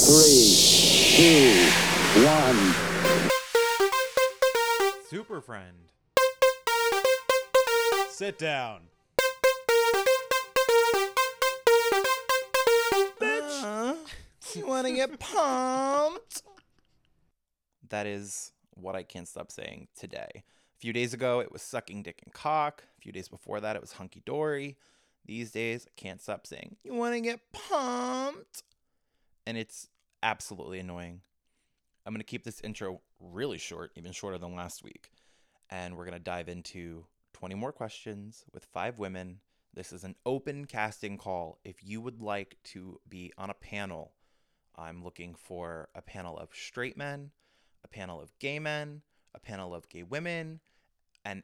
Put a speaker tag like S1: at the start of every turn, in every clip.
S1: three, two, one.
S2: Super friend. Sit down.
S3: Uh-huh. You want to get pumped? That is what I can't stop saying today. A few days ago, it was sucking dick and cock. A few days before that, it was hunky dory. These days, I can't stop saying, You want to get pumped? And it's absolutely annoying. I'm going to keep this intro really short, even shorter than last week. And we're going to dive into 20 more questions with five women. This is an open casting call. If you would like to be on a panel, I'm looking for a panel of straight men, a panel of gay men, a panel of gay women, and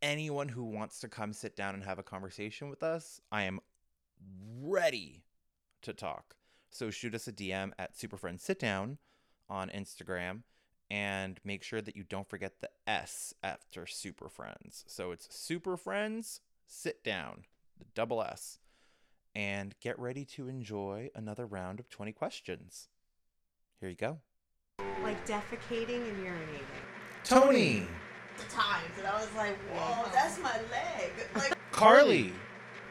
S3: anyone who wants to come sit down and have a conversation with us. I am ready to talk. So shoot us a DM at Superfriend Sit Down on Instagram and make sure that you don't forget the S after Super Friends. So it's Super Friends Sit Down, the double S and get ready to enjoy another round of 20 questions. Here you go.
S4: like defecating and urinating.
S2: Tony,
S5: times, and I was like, "Whoa, that's my leg!" Like,
S2: Carly,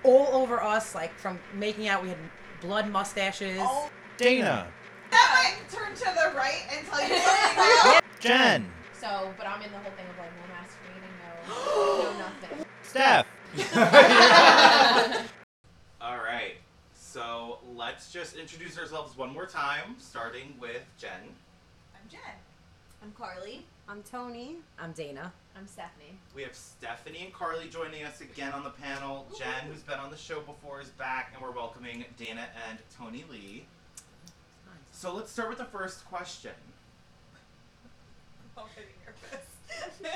S6: all over us, like from making out. We had blood mustaches.
S5: oh,
S2: Dana,
S5: now I can turn to the right and tell you something else.
S2: Jen,
S7: So, but I'm in the whole thing of like no masturbating, no, no nothing.
S2: Steph. All right. So let's just introduce ourselves one more time, starting with Jen.
S5: I'm Jen. I'm Carly.
S4: I'm Tony.
S6: I'm Dana.
S7: I'm Stephanie.
S2: We have Stephanie and Carly joining us again on the panel. Jen, who's been on the show before, is back, and we're welcoming Dana and Tony Lee. So let's start with the first question.
S5: I'm getting nervous.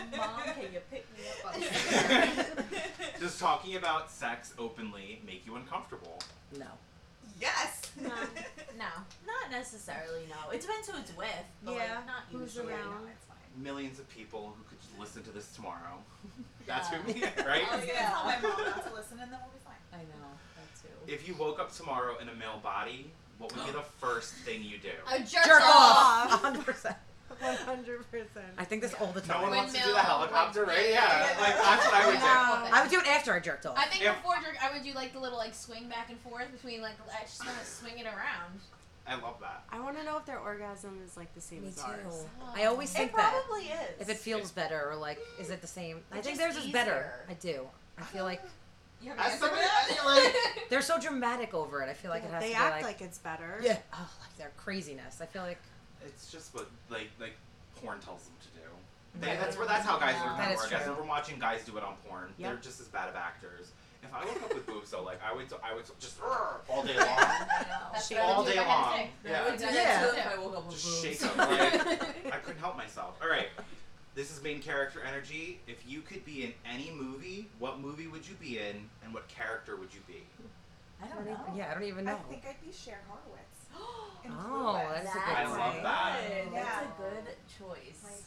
S7: Mom, can you pick me up? On
S2: Does talking about sex openly make you uncomfortable?
S6: No.
S5: yes.
S7: no, no,
S8: Not necessarily, no. It depends who it's with, but
S4: Yeah,
S8: like, not
S4: who's
S8: usually.
S4: around.
S8: No, it's fine.
S2: Millions of people who could just listen to this tomorrow. That's
S8: Yeah.
S2: who we are,
S5: I was
S2: right?
S5: gonna
S8: Yeah.
S5: tell my mom not to listen, and then we'll be fine.
S8: I know, that too.
S2: If you woke up tomorrow in a male body, what would be the first thing you do?
S7: a jerk,
S6: Jerk off.
S7: off.
S6: 100%.
S4: 100%.
S6: I think this all the
S2: No one
S6: time.
S2: wants to do the
S7: Windmill,
S2: helicopter, right?
S7: windmill.
S2: Yeah, like that's what I would do.
S7: No.
S6: I would do it after I jerked off.
S7: I think
S2: If-
S7: before jerk, I would do like the little like swing back and forth between like I just want to swing it around.
S2: I love that.
S4: I want to know if their orgasm is like the same
S6: Me
S4: as ours.
S6: too. I always think
S5: It
S6: that.
S5: probably is.
S6: If it feels better or like, is it the same? I
S8: It's
S6: think
S8: just
S6: theirs is better.
S8: easier.
S6: I do. I feel like
S7: You have an
S2: As
S7: answer for
S2: somebody,
S7: that?
S2: I, like,
S6: they're so dramatic over it. I feel like it has
S4: they
S6: to
S4: act
S6: be
S4: like, it's better.
S6: yeah. Oh, like their craziness. I feel like
S2: it's just what like like porn tells them to do. They, that's where that's how guys learn how
S6: That
S2: to
S6: is
S2: orgasm.
S6: true.
S2: From watching guys do it on porn,
S4: Yep.
S2: they're just as bad of actors. If I woke up with boobs, though, like I would, I would just "Urgh," all day long.
S8: I know.
S7: That's
S2: She-
S7: what I would
S2: all
S7: do if
S2: day
S7: I had a
S2: long.
S7: dick.
S2: Yeah.
S8: I would do that
S6: Yeah.
S8: too if I woke up with
S2: just shake
S8: boobs.
S2: them. Like, I couldn't help myself. All right, this is main character energy. If you could be in any movie, what movie would you be in, and what character would you be?
S8: I
S6: I
S8: don't
S6: don't
S8: know.
S6: even- yeah, I don't even
S5: I
S6: know.
S5: think I'd be Cher Horowitz. in
S6: Oh,
S5: Clueless.
S6: that's a good
S2: I
S8: That's
S2: love
S6: one.
S2: that.
S8: Good. That's
S5: Yeah.
S8: a good choice.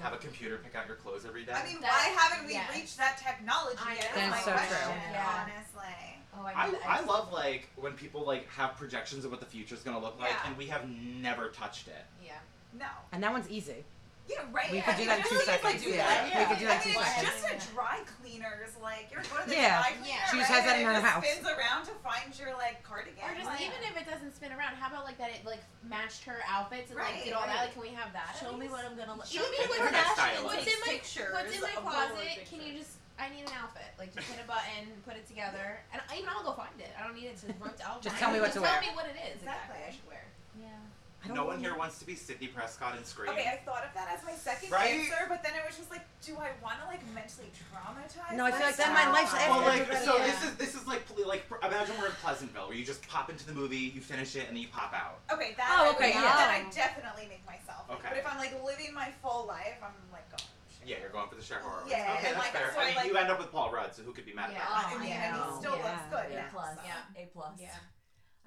S2: Have a computer pick out your clothes every day.
S5: I mean,
S7: That-
S5: why haven't we
S7: yeah.
S5: reached that technology
S7: I
S5: yet?
S6: know.
S5: That's my
S6: That's so true.
S5: question,
S8: Yeah.
S5: honestly.
S7: Oh, I,
S2: I,
S7: need the
S2: I
S7: ice.
S2: love like when people like have projections of what the future is gonna look like,
S5: Yeah.
S2: and we have never touched it.
S7: Yeah.
S5: No.
S6: And that one's easy.
S5: Yeah, right.
S6: We
S5: I
S6: could do
S5: mean,
S6: that in
S5: just
S6: two
S5: like if I
S6: seconds.
S5: do
S2: yeah.
S5: that,
S2: We could
S6: do
S5: I
S6: that in
S5: mean,
S6: two
S5: it's
S6: seconds.
S5: just a dry cleaners. Like you're going to the
S6: Yeah.
S5: dry
S7: Yeah.
S6: She
S5: cleaner.
S6: just
S5: right?
S6: has that in
S5: And it
S6: her
S5: just
S6: house.
S5: Spins around to find your like cardigan.
S7: Or just
S5: like,
S7: even if it doesn't spin around, how about like that it like matched her outfits and
S5: Right,
S7: like did all
S5: right.
S7: that? Like, can we have that?
S8: Show me what I'm gonna look
S7: Show me
S2: Pick
S7: what's,
S2: her
S7: that,
S2: stylist.
S7: what's in my
S8: Pictures
S7: What's in my
S8: of
S7: closet?
S8: Polaroid
S7: Can you
S8: pictures.
S7: just? I need an outfit. Like, just hit a button, put it together, and I- even I'll go find it. I don't need it to rope out.
S6: Just tell me what to wear.
S7: Tell me what it is exactly. I
S5: Exactly.
S7: should wear.
S8: Yeah.
S6: I don't
S2: No one
S6: know.
S2: here wants to be Sidney Prescott and Scream.
S5: Okay, I thought of that as my second
S2: Right?
S5: answer, but then it was just like, do I want to like mentally traumatize?
S6: No, I feel like then
S5: myself?
S6: my life's
S2: Well,
S6: Everybody-
S2: like, so
S7: yeah.
S2: this is this is like pl- like imagine we're in Pleasantville, where you just pop into the movie, you finish it, and then you pop out.
S5: Okay, that.
S6: Oh,
S5: I would-
S6: okay,
S4: yeah.
S5: Then I definitely make myself.
S2: Okay.
S5: But if I'm like living my full life, I'm like, oh shit.
S2: Yeah, you're going for the Cher Horowitz.
S5: Yeah,
S2: okay,
S5: and,
S2: that's
S5: like,
S2: fair.
S5: so
S2: I
S5: I,
S2: mean,
S5: like-
S2: you end up with Paul Rudd, so who could be mad
S8: Yeah.
S2: about
S8: Oh,
S5: I mean,
S8: I
S5: and
S8: know.
S5: he still
S4: Yeah.
S5: looks good.
S6: Yeah.
S8: A plus.
S7: Yeah.
S8: A plus.
S7: Yeah.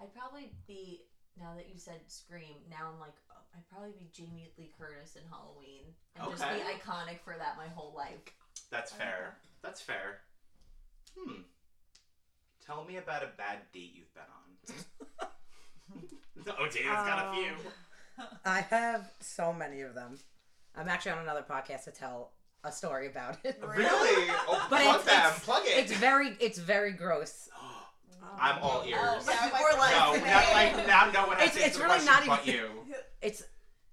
S8: I'd probably be now that you said scream. Now I'm like oh, I'd probably be Jamie Lee Curtis in Halloween and just be
S2: Okay.
S8: iconic for that my whole life.
S2: that? That's fair. That's fair. Hmm. Tell me about a bad date you've been on. Oh, Dana's got a few.
S4: Um,
S6: I have so many of them. I'm actually on another podcast to tell a story about it.
S2: Really? Oh, plug
S6: But it's-
S2: them.
S6: it's-
S2: Plug
S6: It's
S2: it.
S6: very, it's very gross.
S2: I'm all ears.
S8: Oh,
S2: no,
S8: yeah.
S5: We're
S2: not
S5: like,
S2: like now. No one has
S6: It's-
S2: to
S6: it's
S2: answer
S6: really
S2: questions
S6: not
S2: but
S6: even-
S2: you.
S6: It's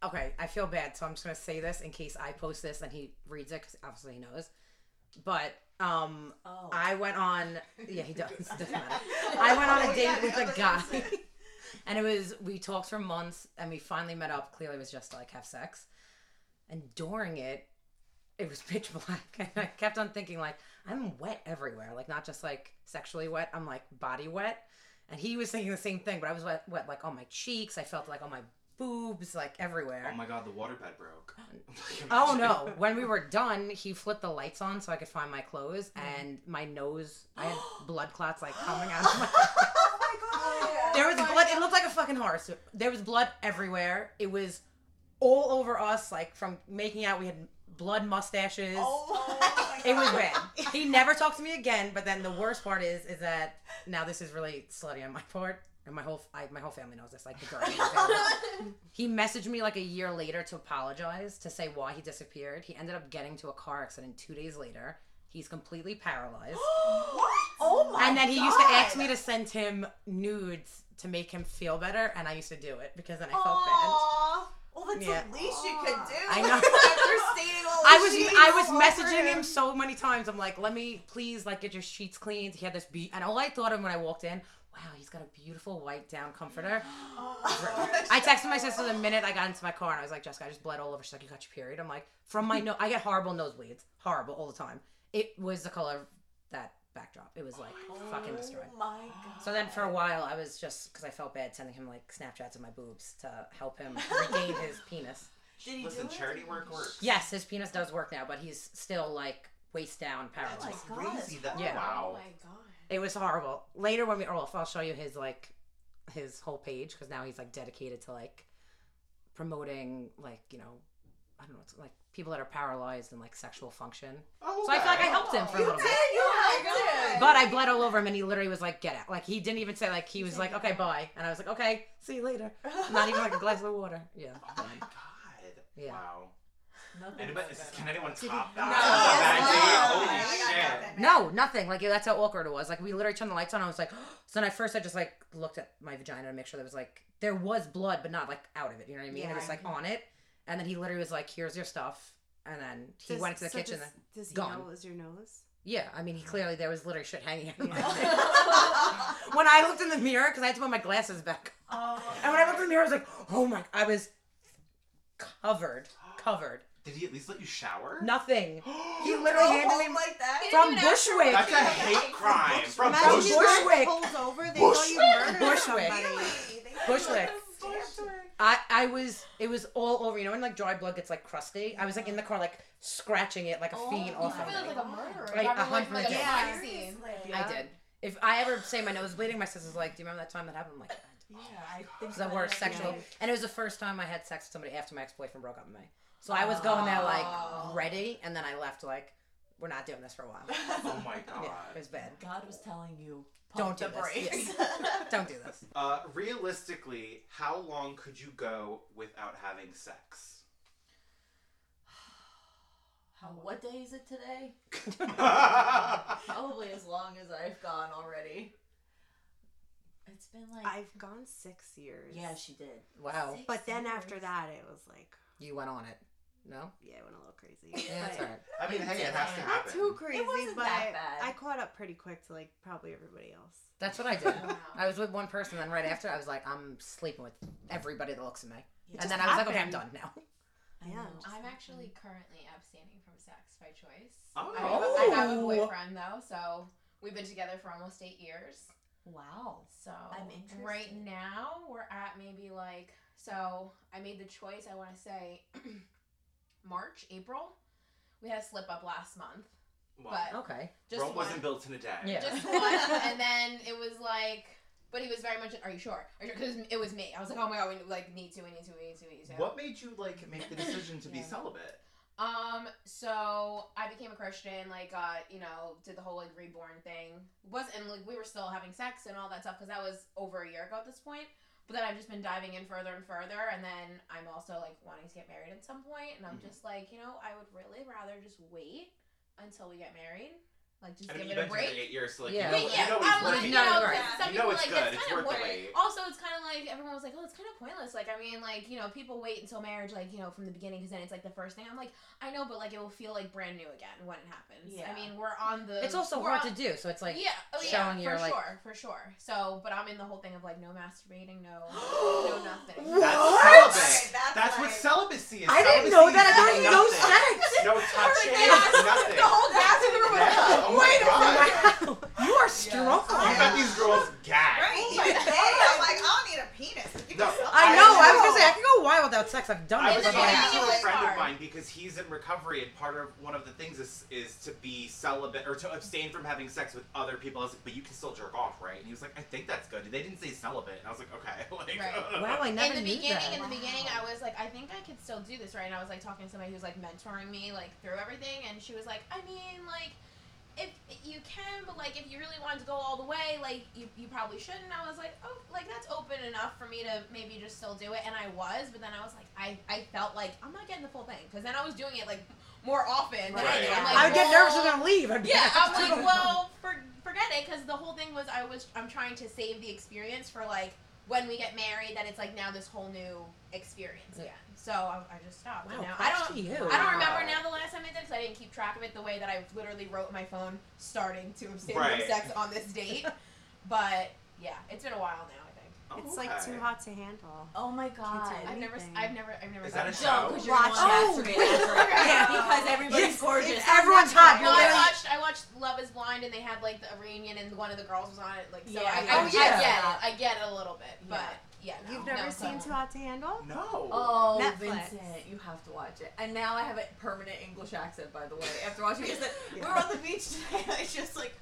S6: okay. I feel bad, so I'm just gonna say this in case I post this and he reads it because obviously he knows. But um,
S8: Oh.
S6: I went on. Yeah, he does. Doesn't matter. I went on a date
S5: yeah,
S6: with
S5: the
S6: a
S5: other
S6: guy,
S5: person.
S6: and it was we talked for months, and we finally met up. Clearly, it was just to, like have sex, and during it, it was pitch black, and I kept on thinking like I'm wet everywhere, like not just like sexually wet, I'm like body wet, and he was thinking the same thing, but I was wet, wet like on my cheeks, I felt like on my boobs, like everywhere.
S2: Oh my god, the waterbed broke.
S6: Oh no! When we were done, he flipped the lights on so I could find my clothes, and my nose, I had blood clots like coming out of my.
S5: Oh
S6: There was blood. It looked like a fucking horse. There was blood everywhere. It was all over us, like from making out. We had blood mustaches.
S5: Oh my
S6: It was bad. He never talked to me again. But then the worst part is, is that now this is really slutty on my part, and my whole, I, my whole family knows this. Like the girl. in my family. He messaged me like a year later to apologize to say why he disappeared. He ended up getting to a car accident two days later. He's completely paralyzed.
S5: Oh my
S6: and then he used to
S5: God.
S6: ask me to send him nudes to make him feel better, and I used to do it because then I felt
S5: Aw. Well, that's
S6: Yeah.
S5: the least you could do.
S6: I know.
S5: After stating all Oh
S6: bad. I
S5: the
S6: was
S5: shit
S6: I
S5: you
S6: was
S5: felt for
S6: messaging him so many times. I'm like, let me please like get your sheets cleaned. He had this be and all I thought of when I walked in, wow, he's got a beautiful white down comforter.
S5: Oh my gosh.
S6: I texted my sister the minute I got into my car and I was like, Jessica, I just bled all over. She's like, You got your period? I'm like, From my nose. I get horrible nosebleeds. Horrible all the time. It was the color of that backdrop. It was like fucking destroyed.
S5: Oh my god.
S6: So then for a while, I was just, because I felt bad sending him like Snapchats of my boobs to help him regain his penis.
S5: Did he
S2: Listen,
S5: do it?
S2: charity work works.
S6: Yes, his penis does work now, but he's still like waist down
S2: That's
S6: paralyzed.
S8: God.
S2: crazy. That
S6: Oh Yeah.
S8: Oh
S2: wow.
S8: my god.
S6: It was horrible. Later when we are off, I'll show you his like his whole page because now he's like dedicated to like promoting like you know I don't know it's like people that are paralyzed and like sexual function.
S2: Oh,
S6: So I feel like I
S2: okay.
S6: helped him for a
S5: You
S6: little
S5: did.
S6: bit.
S5: You
S8: Oh my
S5: had
S8: God.
S5: to.
S6: But I bled all over him and he literally was like, get out. Like he didn't even say like he was like, okay, bye. And I was like, okay, see you later. Not even like a glass of water. Yeah.
S2: Oh my god.
S6: Yeah.
S2: Wow.
S8: Nothing.
S2: Anybody, can anyone top
S8: No.
S2: that? That
S5: No.
S2: day? Holy
S5: I got
S2: shit.
S5: that.
S6: No, nothing. Like that's how awkward it was. Like we literally turned the lights on. I was like, so then at first I just like looked at my vagina to make sure there was like there was blood, but not like out of it. You know what I mean?
S4: Yeah.
S6: It was like on it, and then he literally was like, "Here's your stuff," and then he
S4: does-
S6: went into the
S4: so
S6: kitchen.
S4: Does,
S6: and-
S4: does he
S6: gone.
S4: know it was your nose?
S6: yeah, I mean, he clearly there was literally shit hanging. out of my
S4: Yeah.
S6: dick. when I looked in the mirror, because I had to put my glasses back,
S5: Oh.
S6: and when I looked in the mirror, I was like, "Oh my!" I was covered, covered,
S2: Did he at least let you shower?
S6: nothing. He
S5: You
S6: literally
S5: drove
S6: handed
S5: home
S6: me
S5: like that.
S6: from
S7: even ask
S6: Bushwick.
S2: That's a
S7: "Oh,
S2: hate crime. From
S4: Imagine
S6: Bush-
S4: you got
S6: Bushwick.
S4: pulled over. They thought you murdered
S6: Bushwick.
S4: somebody.
S6: Bushwick. I, I was it was all over you know when like dry blood gets like crusty I was like in the car like scratching it like a fiend
S7: You
S6: off of
S7: Oh, feel
S6: me.
S7: like a murderer.
S6: Like,
S7: Driving
S6: a
S7: away from, like, a
S6: hundred
S7: crime
S4: percent.
S7: scene.
S6: I did if I ever say my nose is bleeding my sister's like do you remember that time that happened I'm like "God."
S5: Yeah, I
S6: it
S5: think
S6: was the
S5: about
S6: worst
S5: it every
S6: sexual
S5: night.
S6: and it was the first time I had sex with somebody after my ex-boyfriend broke up with me so I was going there
S5: Oh.
S6: like ready and then I left like we're not doing this for a while
S2: Oh my god.
S6: yeah it was bad
S8: God was telling you.
S6: Don't
S8: pump the
S6: do this.
S8: brakes.
S6: don't do this
S2: Uh, realistically, how long could you go without having sex?
S8: How, what day is it today?
S2: oh
S8: Probably as long as I've gone already. It's been like.
S4: I've gone six years.
S8: yeah, she did.
S6: wow
S8: Six
S4: But then
S8: years.
S4: after that, it was like,
S6: you went on it no
S4: yeah, it went a little crazy.
S6: yeah that's
S8: Right.
S6: alright
S2: I mean, hey, it has to
S4: Not
S2: happen.
S4: too crazy,
S8: wasn't
S4: but
S8: that bad.
S4: I caught up pretty quick to like probably everybody else.
S6: that's what I did
S7: Wow.
S6: I was with one person, then right after, I was like, I'm sleeping with everybody that looks at me.
S8: Yeah.
S6: and then I was like, okay, I'm done
S4: happened.
S6: now.
S8: I
S4: Yeah.
S8: know.
S7: I'm actually currently abstaining from sex by choice.
S2: Oh.
S7: I, have a, I have a boyfriend though, so we've been together for almost eight years.
S8: Wow.
S7: So
S8: I'm
S7: right
S8: interested.
S7: now we're at maybe like so I made the choice I want to say March April. We had a slip up last month.
S2: Well,
S7: But
S6: Okay.
S7: Just
S2: Rome
S7: one,
S2: wasn't built in a day.
S6: Yeah.
S7: just one, and then it was like. But he was very much. Are you sure? Are you Because it was me. I was like, oh my god, we like need to, we need to, we need to, we need to.
S2: What made you like make the decision to be
S8: Yeah.
S2: celibate?
S7: Um, so I became a Christian, like, uh, you know, did the whole like reborn thing. Was and like we were still having sex and all that stuff because that was over a year ago at this point. But then I've just been diving in further and further, and then I'm also like wanting to get married at some point, and I'm
S2: Mhm.
S7: just like, you know, I would really rather just wait until we get married, like just
S2: I mean,
S7: give
S2: you've
S7: it a
S2: been
S7: break.
S2: together eight years, so like
S6: Yeah.
S2: you know,
S7: But
S2: you
S7: yeah,
S2: know
S7: I
S2: he's
S7: want
S2: working.
S7: you
S9: No,
S7: know,
S9: right.
S7: because some
S2: You know
S7: people
S2: it's
S7: like
S2: good.
S7: that's
S2: It's
S7: kind of
S2: worth the
S7: boring.
S2: wait.
S7: Also, it's kind of like everyone was like, "Oh, it's kind of pointless." Like, I mean, like you know, people wait until marriage, like you know, from the beginning, because then it's like the first thing. I'm like, I know, but like it will feel like brand new again when it happens.
S9: Yeah.
S7: I mean, we're on the.
S6: It's also
S7: we're
S6: hard
S7: on-
S6: to do, so it's like
S7: Um, yeah, oh, yeah,
S6: showing
S7: for
S6: your, like-
S7: sure, for sure. So, but I'm in the whole thing of like no masturbating, no, no nothing.
S2: That's
S6: What?
S2: celibate.
S5: That's
S2: That's what
S5: like-
S2: celibacy is.
S6: I didn't
S2: Celibacy
S6: know that. I
S2: is
S6: thought it was
S2: nothing. No touching, nothing. Yeah, oh my
S6: Wait a
S2: God.
S6: second! Wow, you are strong.
S2: You got these girls gagged.
S5: Right? Oh my god! I'm like, I don't need a penis. You
S2: No,
S5: can suck
S6: I
S5: my
S6: know. I
S5: dick.
S6: was gonna say I can go a while without sex. I've done
S2: I
S6: it.
S2: was
S6: but
S2: talking
S6: like-
S7: Yeah.
S2: to a
S7: Like
S2: friend of
S7: hard.
S2: mine because he's in recovery, and part of one of the things is is to be celibate or to abstain from having sex with other people. I was like, but you can still jerk off, right? And he was like, I think that's good. They didn't say celibate, and I was like, okay, like,
S7: Right.
S6: Wow, I never
S7: in the
S6: knew
S7: beginning,
S6: that.
S7: in the beginning, I was like, I think I could still do this, right? And I was like talking to somebody who's like mentoring me, like through everything, and she was like, I mean, like, if you can, but like, if you really wanted to go all the way, like, you, you probably shouldn't. I was like, oh, like that's open enough for me to maybe just still do it, and I was, but then I was like, I I felt like I'm not getting the full thing because then I was doing it like more often than I did.
S2: Right.
S7: I'm like,
S6: I would get nervous
S7: well,
S6: and then leave. I'd be
S7: yeah, I'm
S6: "Absolutely
S7: like, well, for, forget it, because the whole thing was I was I'm trying to save the experience for like when we get married. That it's like now this whole new experience
S6: Yeah.
S7: again. So I, I just stopped.
S6: not."
S7: and
S6: Wow,
S7: now I
S6: props
S7: don't.
S6: to you.
S7: I don't remember
S2: Wow.
S7: now the last time I did because I didn't keep track of it the way that I literally wrote in my phone starting to abstain
S2: Right.
S7: from sex on this date. but yeah, it's been a while now. I think
S2: Oh,
S10: It's like
S2: okay.
S10: too hot to handle.
S9: Oh my god.
S10: do
S7: I've never,
S10: Anything.
S7: I've never, I've never.
S2: Is
S7: done
S2: that a
S7: it.
S2: show?
S9: No, because you're the
S10: Watch
S9: one
S6: that.
S9: masturbating after it.
S7: Yeah.
S9: Oh, Because everybody's
S6: Yes,
S9: gorgeous.
S6: it's everyone's hot. You're
S7: Well, I
S6: literally
S7: watched I watched Love Is Blind and they had like the, a reunion and one of the girls was on it. Like, so
S9: Yeah.
S7: I, I,
S6: Oh, yeah.
S7: I get it. I get it a little bit, but yeah, no,
S10: You've never
S7: no,
S10: seen
S7: so-
S10: Too Hot to Handle?
S2: No.
S9: Oh,
S10: Netflix.
S9: Vincent, you have to watch it. And now I have a permanent English accent, by the way, after watching it. 'Cause the- We were on the beach today, and I just like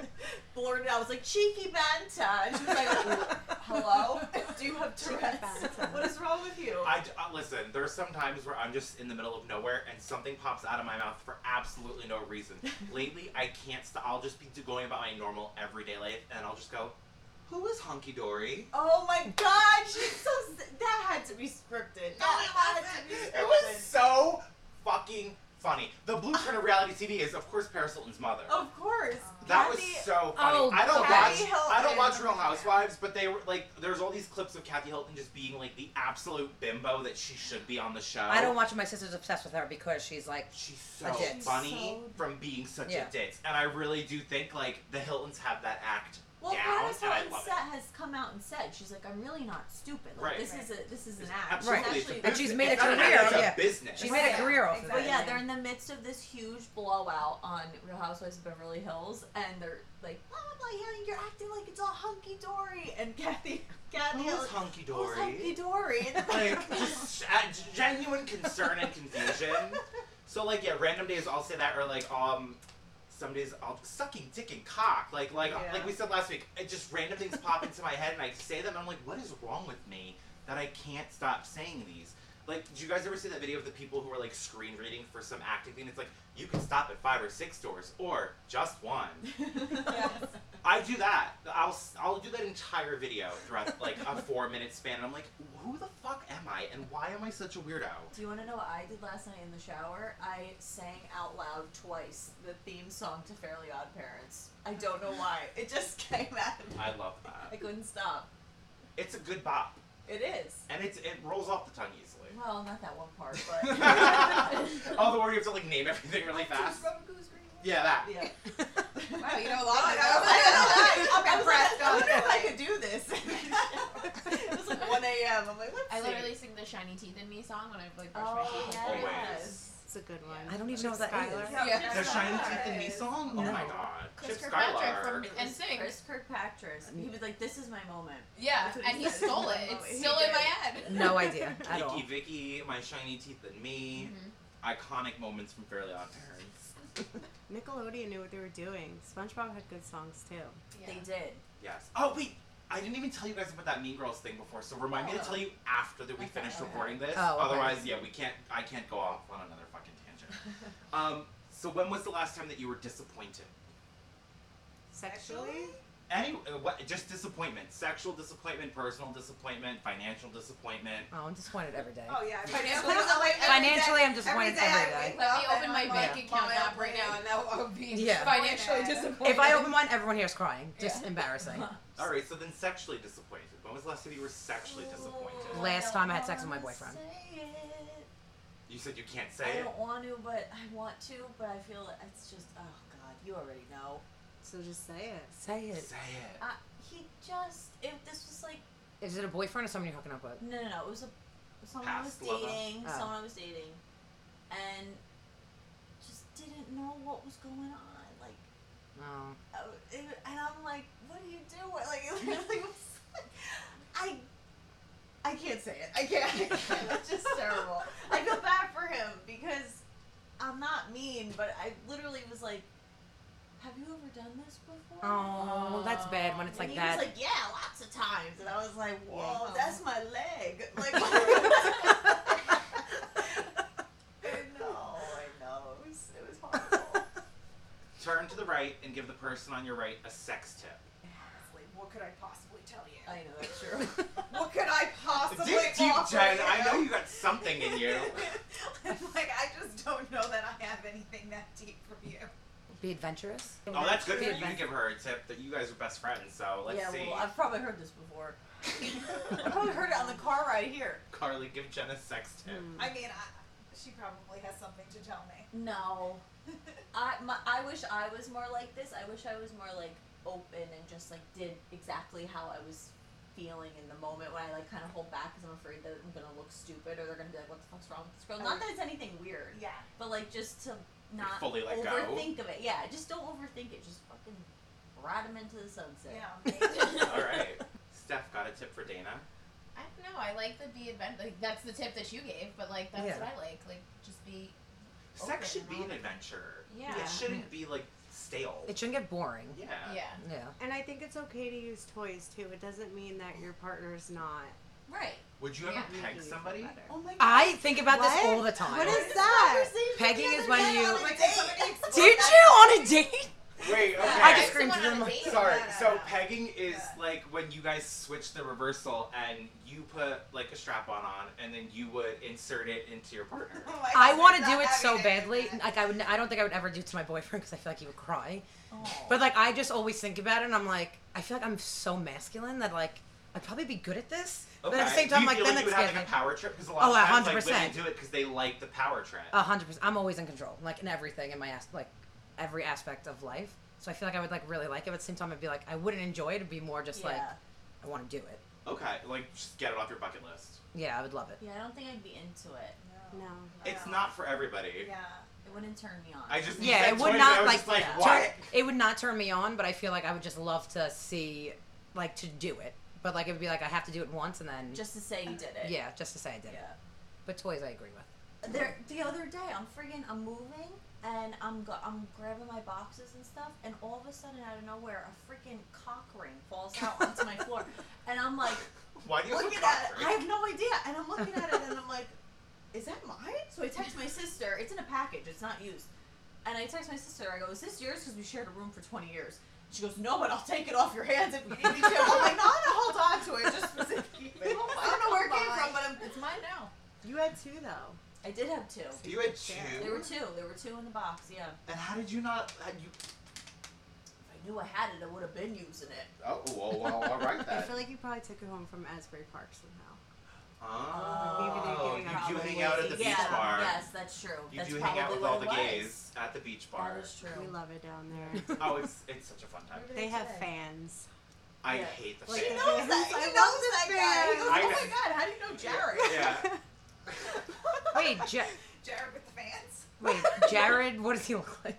S9: blurted out, I was like, cheeky banta. And she was like, hello? Do you have
S10: Cheeky
S9: Tourette's?
S10: banta.
S9: What is wrong with you?
S2: I, d- uh, listen. There's some times where I'm just in the middle of nowhere and something pops out of my mouth for absolutely no reason. Lately, I can't stop. I'll just be do- going about my normal everyday life, and I'll just go, "Who is hunky dory?"
S9: oh my god, she's so. s- That had to be scripted.
S2: No, it
S9: That had to
S2: wasn't.
S9: be scripted.
S2: It was so fucking funny. The blueprint of reality TV is, of course, Paris Hilton's mother.
S9: Of course.
S2: That was
S9: Oh, Kathy-
S2: so funny.
S6: Oh,
S2: I don't
S9: Kathy
S2: watch.
S9: Hilton.
S2: I don't watch Real Housewives, but they were like. There's all these clips of Kathy Hilton just being like the absolute bimbo that she should be on the show.
S6: I don't watch it. My sister's obsessed with her because she's like,
S2: She's so
S6: Legit. She's
S2: funny
S9: so-
S2: from being such
S6: Yeah.
S2: a ditz, and I really do think like the Hiltons have that act
S9: Well,
S2: down,
S9: Paris
S2: and I
S9: Hilton
S2: love
S9: sa- has come out and said she's like, I'm really not stupid. Like
S2: Right.
S9: this
S7: Right.
S9: is a this is
S2: it.
S9: an
S2: It's
S9: act.
S2: absolutely,
S9: She's
S2: it's
S9: actually
S2: a business.
S6: And she's made a
S2: It's not an act,
S6: career,
S2: It's a
S6: yeah.
S2: business.
S6: She's made a career off of
S9: But
S6: it.
S9: yeah, they're in the midst of this huge blowout on Real Housewives of Beverly Hills, and they're like, blah blah blah, yeah, you're acting like it's all hunky dory, and Kathy, Kathy,
S2: Who is
S9: Hilton,
S2: hunky
S9: who's hunky
S2: dory?
S9: dory?
S2: Like just uh, genuine concern and confusion. So like yeah, random days I'll say that, or like um. Some days I'll sucking dick and cock, like like uh,
S9: Yeah.
S2: like we said last week. It just random things pop into my head, and I say them. and I'm like, what is wrong with me that I can't stop saying these? Like, did you guys ever see that video of the people who are like screen reading for some acting thing? It's like you can stop at five or six doors, or just one. I do that. I'll s- I'll do that entire video throughout like a four minute span. And I'm like, who the fuck am I, and why am I such a weirdo?
S9: Do you want to know what I did last night in the shower? I sang out loud twice the theme song to Fairly Odd Parents. I don't know why. It just came out. of me.
S2: I love
S9: I
S2: that.
S9: couldn't stop.
S2: It's a good bop,
S9: It is.
S2: and it's it rolls off the tongue easily.
S9: Well, not that one part, but.
S2: oh, the where you have to like name everything really fast. Yeah, that.
S9: Yeah.
S7: Wow, you know a
S9: Oh,
S7: lot.
S9: I
S7: of
S9: know. I
S7: those.
S9: know. I'm
S7: I'm
S9: impressed.
S7: impressed.
S9: I wonder if I could do this. it was like 1 a.m. I'm like, let's
S7: I
S9: see.
S7: literally sing the "Shiny Teeth in Me" song when I like brush my
S9: Oh,
S7: teeth.
S2: Always.
S9: yes.
S10: It's a good one.
S6: I don't even know what that is.
S10: Skylar.
S9: Yeah,
S7: Yeah.
S9: Chris
S2: The shiny
S9: Skylar.
S2: teeth in me song. Oh my
S6: No.
S2: god.
S7: Chris
S2: Chip
S7: Kirkpatrick
S2: Skylar.
S7: from- and sing.
S9: Chris Kirkpatrick. He was like, this is my moment.
S7: Yeah,
S9: That's what he
S7: and he
S9: said.
S7: stole it.
S9: Oh,
S7: It's
S9: he
S7: still in my
S9: did.
S7: head.
S6: no idea at all.
S2: Vicky Vicky, my shiny teeth in me.
S7: Mhm.
S2: Iconic moments from Fairly Odd Parents.
S10: Nickelodeon knew what they were doing. SpongeBob had good songs too.
S7: Yeah.
S9: They did.
S2: Yes. Oh wait, I didn't even tell you guys about that Mean Girls thing before. So remind me
S9: Oh.
S2: to tell you after that we
S9: Okay,
S2: finish
S9: okay.
S2: recording this.
S6: Oh, okay.
S2: Otherwise, yeah, we can't. I can't go off on another fucking tangent. um. So when was the last time that you were disappointed?
S10: Sexually?
S2: Any uh, what? Just disappointment, sexual disappointment, personal disappointment, financial disappointment.
S6: Oh, I'm disappointed every day.
S9: Oh yeah,
S6: Financially, Financially, I'm disappointed every day.
S7: Let me open my bank account up right now,
S9: and that would be
S6: Yeah.
S7: Financially disappointed.
S6: If I open mine, everyone here is crying. Just embarrassing.
S2: All right, so then sexually disappointed. When was the last time you were sexually disappointed?
S6: Last time I had sex with my boyfriend.
S2: You said you can't say
S9: I
S2: it.
S9: don't want to, but I want to, but I feel like it's just oh god, you already know.
S4: So just say it.
S6: Say it.
S2: Say it.
S9: Uh, he just if this was like
S6: Is it a boyfriend or someone you're hooking up with?
S9: no no no, it was a someone I was
S2: Past lover.
S9: dating,
S6: Oh.
S9: someone I was dating, and just didn't know what was going on. Like
S6: No.
S9: I w- it- and I'm like, what do you do? Like, it literally was like- I, I can't say it. I can't. I can't. It's just terrible. I feel bad for him because I'm not mean, but I literally was like, have you ever done this before?
S6: Oh, that's bad when it's
S9: and
S6: like
S9: he
S6: that.
S9: was like, yeah, lots of times, and I was like, whoa,
S7: Wow.
S9: that's my leg. Like, I know, I know. It was, it was horrible.
S2: Turn to the right and give the person on your right a sex tip.
S5: Like, what could I possibly tell you?
S9: I know that's true.
S5: what could I possibly
S2: Dig deep,
S5: offer
S2: Jen.
S5: you?
S2: I know you got something in you.
S5: I'm like, I just don't know that I have anything that deep for you.
S6: Be adventurous.
S2: Oh, that's good for
S6: Be
S2: you to
S6: adventurous.
S2: give her a tip that you guys are best friends. So let's
S9: yeah,
S2: see.
S9: well, I've probably heard this before. I probably heard it on the car ride here.
S2: Carly, give Jen a sex tip.
S5: I mean, I, she probably has something to tell me.
S9: No, I my, I wish I was more like this. I wish I was more like open and just like did exactly how I was feeling in the moment when I like kind of hold back because I'm afraid that I'm gonna look stupid or they're gonna be like, "What the fuck's wrong with this girl?" Not that it's anything weird,
S5: yeah.
S9: but Oh. like just to not
S2: fully let go?
S9: overthink of it. Yeah, just don't overthink it. Just fucking ride them into the sunset.
S5: Yeah.
S2: All right. Steph got a tip for Dana.
S7: I don't know. I like the be adventurous. Like, that's the tip that you gave, but like that's
S6: Yeah.
S7: what I like. Like just be.
S2: Sex
S7: Open
S2: should be
S7: and
S2: an
S7: all.
S2: adventure.
S7: Yeah.
S2: It shouldn't be like stale.
S6: It shouldn't get boring.
S2: yeah.
S7: Yeah.
S6: Yeah.
S4: And I think it's okay to use toys too. It doesn't mean that your partner's not.
S9: Right.
S2: Would you ever
S7: Yeah.
S2: peg somebody?
S9: Oh my god.
S6: I think about this
S4: What?
S6: all the time.
S4: What is that?
S6: Pegging is when you.
S5: Did
S6: Did you on a date?
S2: Wait. Okay.
S6: I just screamed
S7: Someone on
S6: to
S7: a
S6: them.
S7: date?
S2: Sorry.
S5: No, no,
S2: So
S5: no.
S2: pegging is
S5: Yeah.
S2: like when you guys switch the reversal and you put like a strap on on and then you would insert it into your partner.
S5: Oh,
S6: I want to do it so badly. Like I would. I don't think I would ever do it to my boyfriend because I feel like he would cry.
S5: Oh,
S6: But like I just always think about it, and I'm like, I feel like I'm so masculine that like I'd probably be good at this. But at the
S2: Okay.
S6: same
S2: Do
S6: time,
S2: you
S6: like
S2: feel
S6: then
S2: like you
S6: it's
S2: would have
S6: getting
S2: like a power trip because a lot
S6: Oh,
S2: of times like
S6: 100%.
S2: women do it because they like the power trip.
S6: a hundred percent. I'm always in control, like in every thing in my as- like every aspect of life. So I feel like I would like really like it, but at the same time, I'd be like, I wouldn't enjoy it. It'd be more just like,
S9: Yeah.
S6: I want to do it.
S2: okay, like just get it off your bucket list.
S6: Yeah, I would love it.
S9: Yeah, I don't think I'd be into it.
S4: No.
S2: It's not for everybody.
S5: Yeah.
S9: It wouldn't turn me on.
S2: I just you
S6: Yeah,
S2: said
S6: it would
S2: toys,
S6: not,
S2: and I was
S6: like,
S2: just like
S9: yeah.
S2: what?
S6: Turn- it would not turn me on, but I feel like I would just love to see, like, to do it. But like, it would be like I have to do it once, and then
S9: just to say you did it.
S6: yeah, just to say I did it.
S9: Yeah.
S6: But toys, I agree with.
S9: There, the other day, I'm friggin' I'm moving and I'm go- I'm grabbing my boxes and stuff, and all of a sudden, out of nowhere, a freaking cock ring falls out onto my floor, and I'm like
S2: Why do you have a
S9: looking
S2: cock
S9: at it.
S2: ring?
S9: I have no idea, and I'm looking at it, and I'm like, is that mine? So I text my sister. It's in a package. It's not used. And I text my sister. I go, is this yours? Because we shared a room for 20 years. She goes, no, but I'll take it off your hands if you need me to. I'm like, no, I'm gonna hold on to it just for safekeeping. I don't know where it came from, but I'm, it's mine now.
S4: You had two though.
S9: I did have two.
S2: You had
S9: There were
S2: two,
S9: two. There were two in the box. Yeah.
S2: and how did you not? How you?
S9: If I knew I had it, I would have been using it.
S2: Oh, well, well all right
S4: I
S2: then.
S4: feel like you probably took it home from Asbury Park somehow.
S2: Oh,
S4: Maybe they're
S2: you do
S4: giving
S2: hang
S4: out
S2: out at the
S9: yeah.
S2: beach bar.
S9: Yes, that's true.
S2: You
S9: that's
S2: do hang out
S9: probably
S2: with
S9: what
S2: all
S9: it
S2: the
S9: was.
S2: gays at the beach bar.
S9: That is true.
S4: We love it down there.
S2: Oh, it's it's such a fun time.
S4: They have fans.
S2: I
S9: Yeah.
S2: hate the
S9: Like,
S2: fans.
S9: you
S5: He knows that. He
S4: I
S5: knows
S4: love
S5: that
S4: this
S5: guy. He
S4: band.
S5: goes,
S2: I know.
S5: oh my god, how do you know Jared?
S2: Yeah.
S6: Wait, ja-
S5: Jared with the fans.
S6: wait, Jared, what does he look like?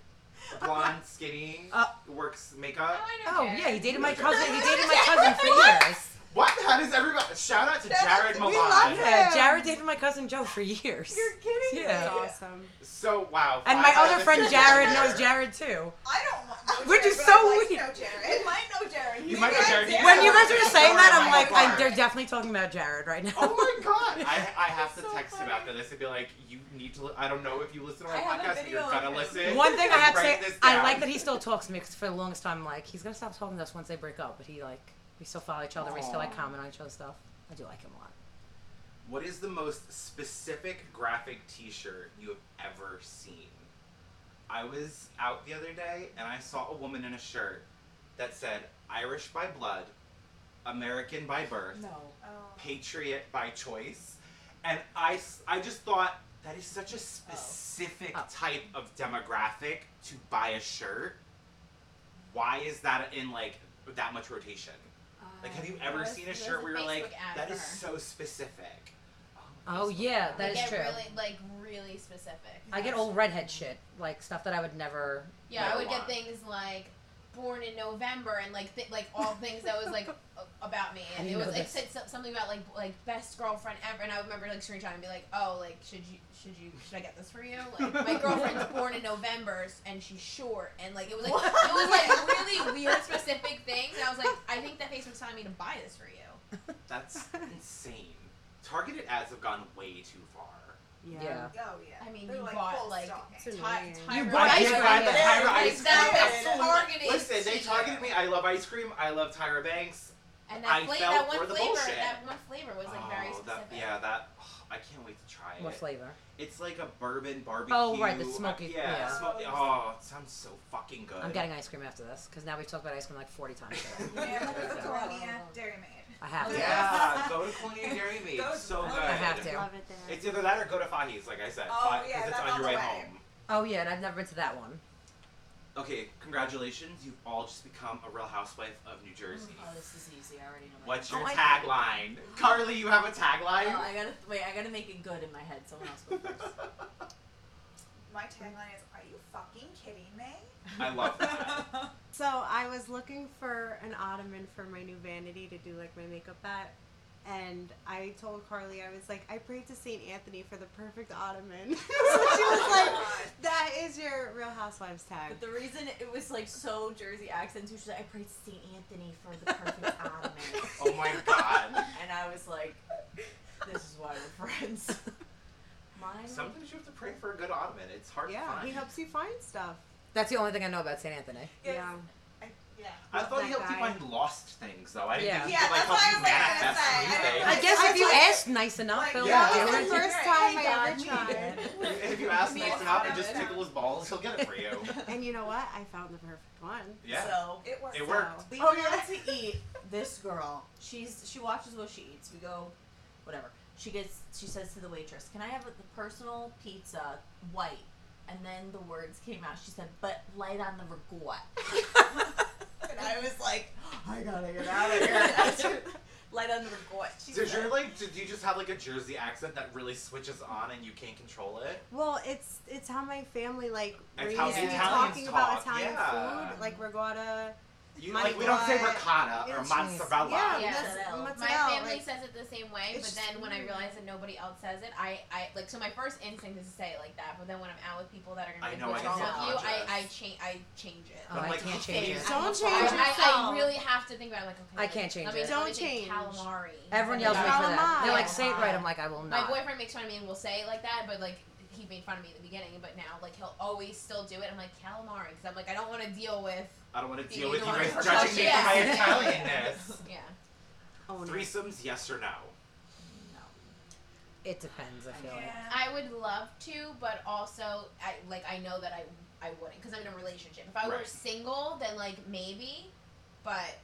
S2: Blonde, skinny,
S6: Uh,
S2: works makeup.
S7: Oh, I know.
S6: Oh
S7: Jared.
S6: yeah, he dated my cousin. He dated my cousin for years.
S2: What? How does everybody? Shout out to
S8: Shout out
S2: Jared
S8: to- we love
S2: Milan.
S8: him.
S6: Yeah, Jared dated my cousin Joe for years.
S8: You're kidding
S6: Yeah.
S8: me.
S4: That's awesome.
S2: So wow.
S6: And my
S2: five out
S6: other
S2: of
S6: friend
S2: six.
S6: Jared knows Jared too.
S8: I don't want.
S6: Which is
S8: Jared, but
S6: so
S8: I like
S6: weird.
S8: Know Jared. You might know Jared.
S2: You might know Jared. You
S6: When you guys were saying that, I'm
S2: Oh
S6: like,
S2: my
S6: I,
S2: God.
S6: they're definitely talking about Jared right now.
S2: Oh my god! I, I have to
S8: so
S2: text him
S8: funny.
S2: about this and be like, you need to. Li- I don't know if you listen to our
S8: I have a
S2: podcast, but you're
S8: video of
S2: gonna
S8: him.
S2: listen.
S6: One thing I have to say,
S2: Write this
S6: I
S2: down.
S6: like that he still talks to me because for the longest time, I'm like, he's gonna stop talking to us once they break up, but he like, we still follow each other, we still like comment on each other's stuff. I do like him a lot.
S2: What is the most specific graphic T-shirt you have ever seen? I was out the other day and I saw a woman in a shirt that said Irish by blood, American by birth, patriot by choice, and I s- I just thought that is
S7: Oh.
S2: such a specific
S6: Oh.
S2: type of demographic to buy a shirt. Why is that in like that much rotation? Like,
S4: Uh,
S2: have you ever
S7: There's-
S2: seen a
S7: Uh, there's
S2: shirt
S7: a
S2: where you're like,
S7: Facebook ad
S2: that
S7: for
S2: is
S7: her."
S2: so specific?
S6: Oh yeah, that
S7: like,
S6: is
S7: get
S6: true.
S7: really like really specific.
S6: I get old redhead shit, like stuff that I would never.
S7: Yeah, I would
S2: marijuana.
S7: get things like born in November and like th- like all things that was like a- about me,
S6: I
S7: and it
S6: didn't
S7: was
S6: know
S7: like
S6: this.
S7: said so- something about like like best girlfriend ever, and I would remember like screenshot and be like, oh, like should you should you should I get this for you? Like my girlfriend's born in November and she's short, and like it was like it was like really weird specific things, and I was like, I think that Facebook's telling me to buy this for you.
S2: That's insane. Targeted ads have gone way too far.
S4: Yeah.
S6: Yeah.
S8: Oh yeah.
S7: I mean,
S8: They're
S7: you
S8: like
S7: bought,
S8: full
S7: like,
S8: stocking.
S4: It's
S7: Ty-
S4: annoying.
S7: Tyra
S6: You bought
S7: ice
S6: ice
S7: cream.
S6: cream.
S2: Yeah. Tyra
S7: Like,
S2: ice
S7: that
S8: cream.
S7: was targeted.
S2: Listen, they
S7: to
S2: targeted
S7: you.
S2: me. I love ice cream. I love Tyra Banks.
S7: And
S2: I
S7: that, fla-
S2: fell
S7: that one
S2: for the
S7: flavor,
S2: bullshit.
S7: that one flavor was like very
S2: Oh,
S7: specific.
S2: that, yeah, that. ugh, I can't wait to try
S6: What
S2: it.
S6: flavor?
S2: It's like a bourbon barbecue.
S6: Oh, right, the
S2: uh,
S6: smoky-
S2: Yeah,
S6: yeah.
S2: smoky. Oh, it sounds so fucking good.
S6: I'm getting ice cream after this because now we've talked about ice cream like 40 times. today.
S8: Yeah,
S2: Yeah.
S8: Colonia Dairy Maid.
S6: I have to.
S2: Yeah, go to Colonial Dairy Maid.
S8: Those
S2: It's so good.
S8: look-
S6: I have to.
S4: Love it there.
S2: It's either that or go to Fahi's, like I said.
S8: Oh,
S2: Fahi-
S8: yeah,
S2: it's
S8: that's
S2: on your
S8: on
S2: way
S8: the way.
S2: home.
S6: Oh yeah, and I've never been to that one.
S2: Okay, congratulations. You've all just become a real housewife of New Jersey.
S9: Oh, this is easy. Oh, I already know. My
S2: What's your
S6: Oh,
S9: answer.
S2: tagline? Carly, you have a
S9: Oh,
S2: tagline?
S9: I gotta wait. I gotta make it good in my head. Someone else go first.
S6: Oh,
S8: My tagline is, "Are you fucking kidding me?"
S2: I love that.
S4: So I was looking for an ottoman for my new vanity to do like my makeup at, and I told Carly I was like, I prayed to Saint Anthony for the perfect ottoman. so she was like, "That is your Real Housewives tag."
S9: But the reason it was like so Jersey accents, which is I prayed to St. Anthony for the perfect ottoman,
S2: Oh my god.
S9: and I was like, "This is why we're friends." Mine.
S2: Sometimes you have to pray for a good ottoman. It's hard to
S4: Yeah,
S2: find.
S4: he helps you find stuff.
S6: That's the only thing I know about St. Anthony.
S8: Yes.
S4: Yeah.
S8: I, yeah.
S2: I
S4: Love
S2: thought he
S4: that
S2: helped you
S4: guy.
S2: find lost things, though. I didn't
S6: Yeah.
S2: think he
S8: Yeah,
S2: could, like,
S8: that's what I
S2: help
S8: was, like, gonna
S2: you manifest
S8: say. I
S2: anything.
S8: didn't
S6: I guess if you
S4: like-
S6: asked nice enough,
S8: Like,
S6: they'll
S2: yeah,
S6: do
S8: that was
S6: it.
S8: the
S4: First time I ever
S9: God, we
S4: tried.
S9: did.
S2: If you ask
S9: Me
S2: nice
S9: and
S2: enough and
S9: Adam
S2: just
S9: and
S2: tickle his balls, he'll get it for you.
S4: And you know what? I found the perfect one.
S2: Yeah.
S9: So
S8: It worked.
S2: It worked.
S9: we
S8: Oh,
S9: went
S8: yeah.
S9: out to eat. This girl, she's she watches what she eats. We go, whatever. She gets. She says to the waitress, "Can I have a, the personal pizza white?" And then the words came out. She said, "But light on the ragout." and I was like, "I gotta get out of here." light on the ragout. She
S2: Did
S9: said.
S2: you like? Did you just have like a Jersey accent that really switches on and you can't control it?
S4: Well, it's it's how my family like
S2: It's
S4: raised
S2: how
S4: me
S2: the Italians
S4: talking
S2: talk,
S4: about Italian
S2: yeah.
S4: food, like regatta.
S2: You
S4: My
S2: like we don't say
S4: God.
S2: ricotta or
S4: It's-
S2: mozzarella.
S4: Yeah,
S7: Yeah.
S4: mozzarella.
S7: My
S4: mozzarella,
S7: family
S4: like-
S7: says it the same way, but
S4: It's just
S7: then when I
S4: weird.
S7: realize that nobody else says it, I, I like so my first instinct is to say it like that, but then when I'm out with people that are
S2: I
S7: gonna be
S2: know,
S7: like,
S9: I
S7: what's wrong with you,
S2: apologize.
S7: I, I change I change it.
S2: I'm
S6: Oh, I
S2: like,
S6: can't
S2: "Please,
S6: change it.
S7: I,
S4: Don't change
S7: I-
S4: it.
S7: I really have to think about it. Like,
S6: I
S7: okay, like,
S6: can't change
S7: let me,
S6: it.
S7: let me
S4: Don't
S7: think
S4: change.
S7: Calamari.
S6: Everyone
S7: Let
S6: yells at me for
S7: me think about
S6: that. They're like,
S7: it.
S6: say it right. I'm like, I will
S7: My
S6: not.
S7: boyfriend makes fun of me and will say it like that, but like he made fun of me at the beginning, but now like he'll always still do it. I'm like calamari because I'm like I don't want to deal with
S2: I don't want to
S7: You
S2: deal with you
S7: don't
S2: guys
S7: wanna
S2: judging me for my
S7: touch it.
S2: Italianness.
S7: yeah.
S4: Own it.
S2: Threesomes, yes or no?
S6: It depends. I feel like.
S8: Yeah.
S7: I would love to, but also I like I know that I I wouldn't because I'm in a relationship. If I were
S2: Right.
S7: single, then like maybe, but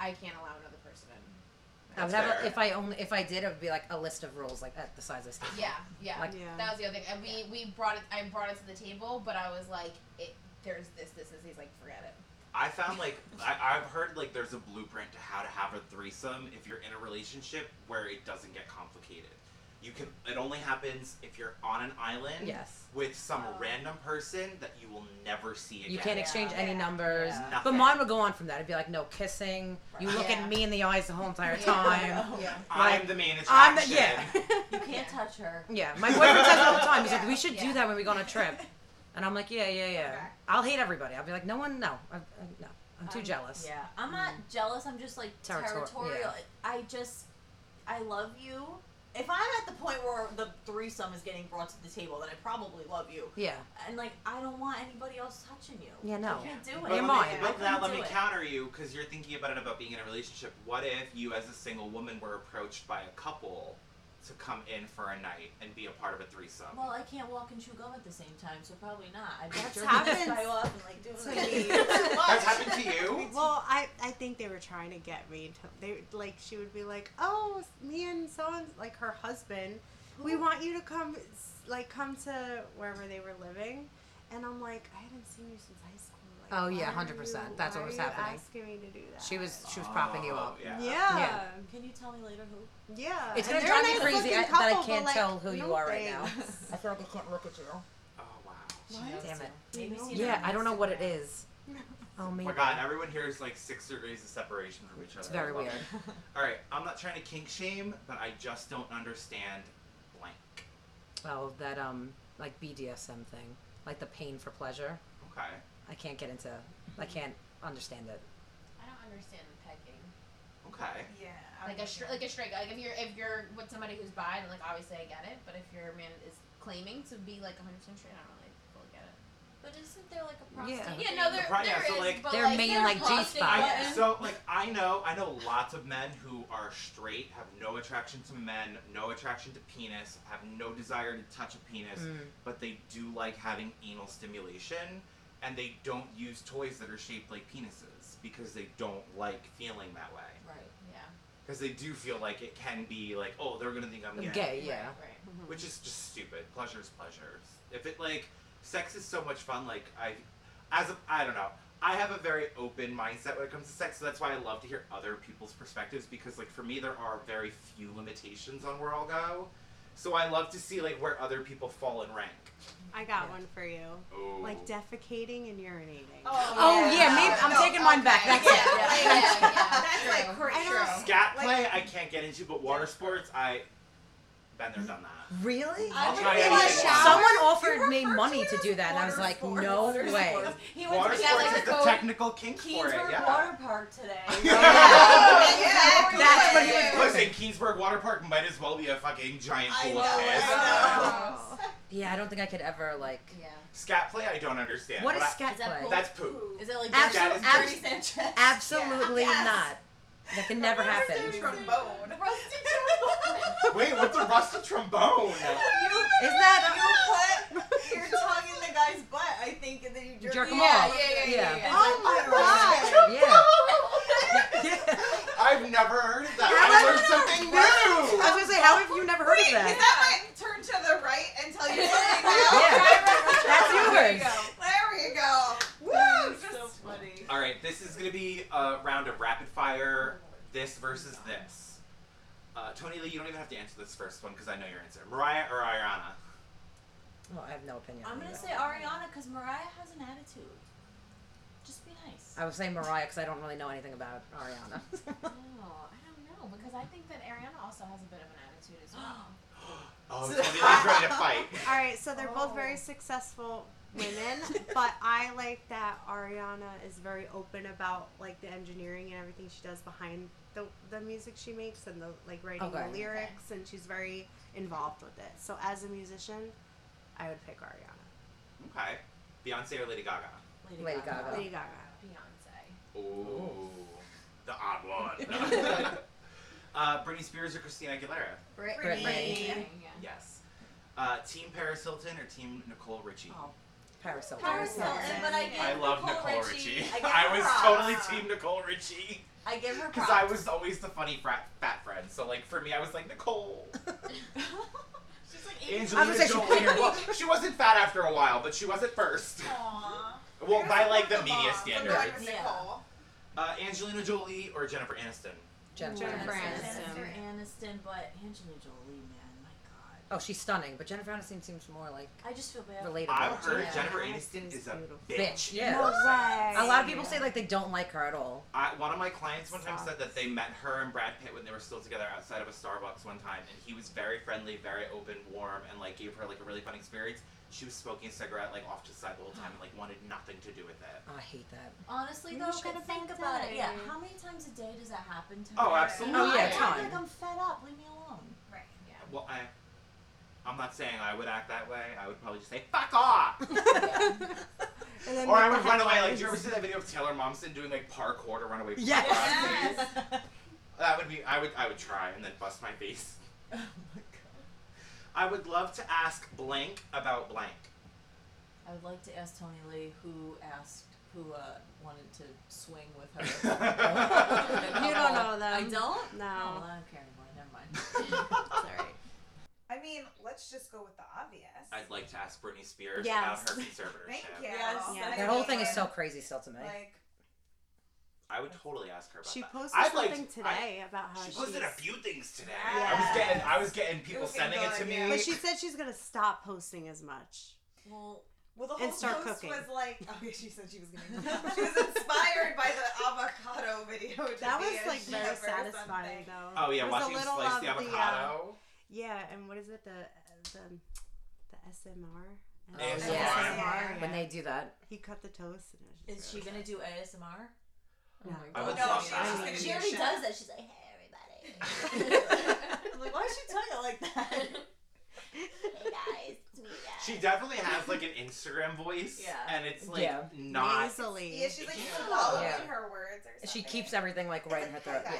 S7: I can't allow another person in.
S6: I would
S2: That's
S6: have
S2: fair.
S6: a, if I only if I did, it would be like a list of rules like at the size of stuff.
S7: Yeah, yeah.
S6: Like-
S4: Yeah.
S7: That was the other thing, and we we brought it. I brought it to the table, but I was like, it, there's this, this, this. He's like, forget it.
S2: I found like I, I've heard like there's a blueprint to how to have a threesome if you're in a relationship where it doesn't get complicated. You can. It only happens if you're on an island
S6: Yes.
S2: with some
S5: Oh.
S2: random person that you will never see again.
S6: You can't exchange any
S5: Yeah.
S6: numbers.
S2: There's
S6: But
S2: nothing.
S6: mine would go on from that. It'd be like, no kissing. You look
S5: Yeah.
S6: at me in the eyes the whole entire
S5: Yeah.
S6: time.
S5: Yeah.
S2: I'm the main
S6: I'm the,
S2: attraction.
S6: yeah.
S9: You can't touch her.
S6: Yeah, my boyfriend says it all the time. He's like,
S5: Yeah,
S6: we should
S5: yeah.
S6: do that when we go on a trip. And I'm like, yeah, yeah, yeah.
S5: Okay.
S6: I'll hate everybody. I'll be like, no one, no, I, I, no, I'm too
S9: Um,
S6: jealous.
S9: Yeah, I'm not jealous. I'm just like
S6: Territor-
S9: territorial.
S6: yeah.
S9: I just, I love you. If I'm at the point where the threesome is getting brought to the table, then I probably love you.
S6: yeah,
S9: And like, I don't want anybody else touching you.
S6: yeah, no.
S9: I can't do
S2: But
S9: it.
S2: let
S6: You're
S2: me-
S6: mine.
S2: But now let
S9: do
S2: me
S9: it.
S2: counter you because you're thinking about it about being in a relationship. What if you, as a single woman, were approached by a couple to come in for a night and be a part of a threesome?
S9: Well, I can't walk and chew gum at the same time, so probably not. I'd be
S4: That's
S9: jerking this
S4: happened
S9: guy off and like doing
S4: to
S9: it.
S2: That's happened to you?
S4: Well, I, I think they were trying to get me to they like she would be like, "Oh, me and so and like her husband, we want you to come s- like come to wherever they were living." And I'm like, "I haven't seen you since high school." Like,
S6: Oh, yeah,
S4: why are
S6: 100%.
S4: you-
S6: That's
S4: why
S6: what was
S4: are you
S6: happening.
S4: Asking me to do that.
S6: She was she was propping you up.
S2: Oh, Yeah.
S4: Yeah.
S9: Can you tell me later who?
S4: Yeah.
S6: It's
S4: And
S6: gonna
S4: they're a
S6: drive me crazy
S4: nice-looking
S6: I- that I
S4: couple, but,
S6: can't
S4: like,
S6: tell who you
S4: no
S6: are right now.
S4: thanks.
S9: I feel like I can't look at you.
S2: Oh wow.
S6: Damn it.
S9: Maybe
S4: No.
S9: see them
S6: Yeah,
S9: on
S6: I don't know what it
S9: Instagram.
S6: is. Oh,
S2: Oh
S6: maybe.
S2: my god, everyone here is like six degrees of separation from each other.
S6: It's very
S2: I love
S6: weird.
S2: it. Alright, I'm not trying to kink shame, but I just don't understand blank.
S6: Oh, that um, like BDSM thing, like the pain for pleasure.
S2: Okay.
S6: I can't get into. I can't understand it.
S7: I don't understand the pegging.
S2: Okay.
S5: Yeah.
S7: Like a str- like a straight guy. Like if you're if you're with somebody who's bi, then like obviously I get it. But if your man is claiming to be like 100 percent straight, I don't really fully get it.
S9: But isn't there like a
S6: Yeah.
S9: prostitute?
S7: Yeah, no, there,
S2: Right, yeah,
S7: there
S2: so,
S7: is,
S2: like-
S7: but
S6: They're
S7: like,
S6: main,
S7: there's
S6: like,
S7: prostate
S6: G-spot.
S2: I,
S7: buttons.
S2: so like I know I know lots of men who are straight, have no attraction to men, no attraction to penis, have no desire to touch a penis,
S6: Mm.
S2: but they do like having anal stimulation and they don't use toys that are shaped like penises because they don't like feeling that way.
S9: Right.
S7: Yeah.
S2: Because they do feel like it can be like, oh, they're gonna think I'm
S6: I'm
S2: gay.
S6: gay. Yeah.
S7: Right, right.
S2: Which is just stupid. Pleasure's pleasures. If it like sex is so much fun, like I as a I don't know. I have a very open mindset when it comes to sex, so that's why I love to hear other people's perspectives because like for me there are very few limitations on where I'll go. So I love to see like where other people fall in rank.
S4: I got
S6: Yeah.
S4: one for you.
S2: Oh.
S4: Like defecating and urinating.
S6: Oh yeah, maybe I'm
S5: No,
S6: taking mine back.
S5: okay.
S6: That's
S5: Yeah,
S6: it.
S5: yeah,
S7: That's-
S5: yeah, yeah.
S7: that's
S5: That's
S7: true.
S5: like cra-
S4: I don't-
S5: true.
S2: Scat
S4: Like-
S2: play I can't get into, but water sports I been there done that.
S6: Really?
S5: Oh,
S2: I'll
S9: would
S2: try
S9: be
S2: it.
S9: like,
S2: Shower?
S6: Someone
S9: You
S6: offered me
S9: refer to
S6: money
S9: it
S6: to
S9: as
S6: do that, and I was
S9: water
S6: like,
S9: sports.
S6: no
S9: Water
S6: way.
S9: sports. He went
S2: Water
S9: to
S7: that
S2: sports
S7: like
S2: is
S7: a
S2: the
S7: code-
S2: technical kink for it,
S9: Keensburg
S2: yeah.
S9: Water Park today.
S5: Yeah.
S6: That's what he was
S5: Yeah.
S2: Listen, Keensburg Water Park might as well be a fucking giant
S9: I
S2: pool
S9: know,
S2: of piss.
S9: I
S6: Yeah, I don't think I could ever like.
S7: Yeah.
S2: Scat play, I don't understand.
S6: What
S2: but
S6: is
S2: I-
S6: scat
S9: Is that
S6: play?
S9: cool?
S2: That's poop.
S9: Is it like
S6: Abso-
S9: Dirty-
S6: abs-
S9: Dirty Sanchez?
S6: Absolutely
S5: Yes.
S6: not. That can never happen.
S5: Rusty trombone.
S9: Rusty trombone.
S2: Wait, what's a rusty trombone?
S9: You
S6: Is that?
S9: you put your tongue in the guy's butt, I think, and then you jerk,
S6: Jerk
S9: him
S6: him
S9: off.
S6: off.
S9: yeah,
S6: Yeah.
S9: yeah.
S4: Oh my God.
S6: A, yeah. yeah.
S2: I've never heard of that. I learned something new.
S6: I was gonna say, how have you never heard of
S5: Is
S6: that?
S5: that like turn to the right and tell you something
S6: Yeah.
S5: else?
S6: That's
S9: There you
S6: yours.
S9: go.
S5: There we go. Woo!
S9: That's so
S5: Just-
S9: funny.
S2: All right, this is gonna be a round of rapid fire. This versus this. Uh, Tony Lee, you don't even have to answer this first one because I know your answer. Mariah or Ariana?
S6: Well, I have no opinion.
S9: I'm
S6: on
S9: gonna
S6: that.
S9: say Ariana because Mariah has an attitude. Just be nice.
S6: I would say Mariah because I don't really know anything about Ariana.
S7: Oh, I don't know because I think that Ariana also has a bit of an attitude as well.
S2: Oh, Tony Lee's ready to fight.
S4: All right, so they're both very
S5: Oh.
S4: successful women, but I like that Ariana is very open about like the engineering and everything she does behind the the music she makes and the like writing
S6: Okay.
S4: the lyrics, and she's very involved with it. So as a musician, I would pick Ariana,
S2: Okay. Beyonce or Lady Gaga?
S6: Lady Gaga.
S4: Lady Gaga.
S7: Beyonce.
S2: Ooh. The odd one. uh, Britney Spears or Christina Aguilera?
S6: Britney.
S7: Yeah.
S2: Yes. Uh, team Paris Hilton or Team Nicole Richie?
S9: Oh,
S6: Paris Hilton.
S9: Paris Hilton, but I give
S2: I love
S9: Nicole,
S2: Nicole
S9: Richie.
S2: Richie.
S9: I, give
S2: I,
S9: her
S2: was
S9: props.
S2: totally Team Nicole Richie
S9: I give her
S2: because
S9: props.
S2: I was always the funny frat, fat friend. So like for me, I was like Nicole,
S9: She's like
S2: Angelina
S6: say she-
S2: Jolie. well, she wasn't fat after a while, but she was at first.
S5: Aw.
S2: Well,
S5: Here's
S2: by like the
S5: one
S2: media
S5: bomb.
S2: standards.
S5: Look at
S9: Yeah.
S5: Nicole.
S2: Uh, Angelina Jolie or Jennifer Aniston?
S6: Jennifer.
S4: Jennifer
S6: Aniston.
S4: Aniston.
S9: Jennifer Aniston, but Angelina Jolie, man, my God.
S6: Oh, she's stunning, but Jennifer Aniston seems more like
S9: I just feel bad.
S6: relatable.
S2: I've heard
S9: Yeah.
S2: Jennifer Aniston is a bitch.
S6: bitch.
S4: No
S6: Yeah.
S4: way.
S6: A lot of people say like they don't like her at all.
S2: I, one of my clients one time
S4: Sucks.
S2: said that they met her and Brad Pitt when they were still together outside of a Starbucks one time, and he was very friendly, very open, warm, and like gave her like a really fun experience. She was smoking a cigarette like off to the side the whole time and like wanted nothing to do with it.
S6: Oh, I hate that.
S9: Honestly,
S4: Maybe
S9: though,
S4: she had
S9: but
S4: a
S9: think
S4: bad
S9: about it. Yeah,
S4: day.
S9: how many times a day does that happen to
S2: Oh,
S9: her?
S2: absolutely.
S6: Oh, yeah,
S9: I act
S6: ton.
S9: Like I'm fed up. Leave me alone.
S5: Right. Yeah.
S2: Well, I, I'm not saying I would act that way. I would probably just say fuck off,
S4: And then
S2: or I
S4: make
S2: would
S4: the
S2: run away. Like,
S4: headlines.
S2: do you ever see that video of Taylor Momsen doing like parkour to run away from
S6: Yes.
S2: crowds?
S5: Yes.
S2: That would be. I would. I would try and then bust my face. I would love to ask blank about blank.
S9: I would like to ask Tony Lee who asked who uh, wanted to swing with her.
S2: I
S4: You don't know
S9: I
S4: them.
S9: don't.
S4: No.
S9: Oh, I don't care anymore. Never mind.
S5: I mean, let's just go with the obvious.
S2: I'd like to ask Britney Spears
S4: Yes.
S2: about her conservatorship.
S5: Thank you.
S9: Yes.
S4: Yeah.
S6: That whole thing is so crazy still to me.
S5: Like,
S2: I would totally ask her about
S4: She
S2: that.
S4: posted
S2: I'd like
S4: something
S2: to- I-
S4: today about how
S2: she posted
S4: she's,
S2: a few things today. I
S5: Yes.
S2: was getting. I was getting
S5: It
S2: people
S5: was
S2: sending it to
S5: good,
S2: me.
S5: yeah.
S4: But she said she's gonna stop posting as much.
S9: Well,
S5: well, the
S4: And
S5: whole
S4: start
S5: post
S4: cooking.
S5: was like, oh, yeah, she said she was going to. She was inspired by the avocado video. To
S4: That
S5: be
S4: was
S5: a
S4: like
S5: chef
S4: very
S5: or something.
S4: satisfying though.
S2: Oh
S4: There
S2: yeah,
S4: was
S2: watching
S4: a
S2: him
S4: little
S2: slice the
S4: of uh,
S2: avocado.
S4: yeah, and what is it? The the the SMR.
S6: Oh,
S2: ASMR.
S4: SMR,
S5: Yeah.
S6: When they do that.
S4: he cut the toast. And it was
S9: is
S4: just
S9: she gonna do ASMR?
S6: Oh my
S2: I
S6: god.
S2: would
S5: No,
S2: love
S5: she
S2: that.
S5: was just gonna
S9: She
S5: be a
S9: already
S5: chef.
S9: does that. She's like, hey, everybody. I'm like, why is she talking like that? hey guys, it's me, guys.
S2: She definitely has like an Instagram voice,
S9: Yeah.
S2: and it's like
S6: Yeah.
S2: not.
S4: easily.
S5: Yeah, she's like
S2: Yeah.
S5: swallowing
S6: Yeah.
S5: her words or something.
S6: She keeps everything like right in her throat. Yeah.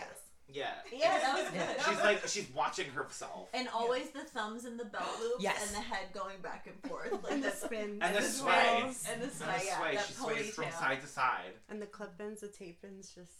S2: Yeah.
S9: Yeah, that was
S6: Yeah.
S9: good.
S2: She's like she's watching herself.
S9: And always the thumbs in the belt loops
S6: Yes.
S9: and the head going back and forth. Like
S4: and the
S9: this.
S4: spins
S2: And the
S9: this
S2: sway.
S9: rolls And the
S2: And
S9: sway.
S2: this
S9: yeah,
S2: way,
S9: that
S2: she sways from
S9: ponytail.
S2: side to side.
S4: and the clip ins, the tape ins, just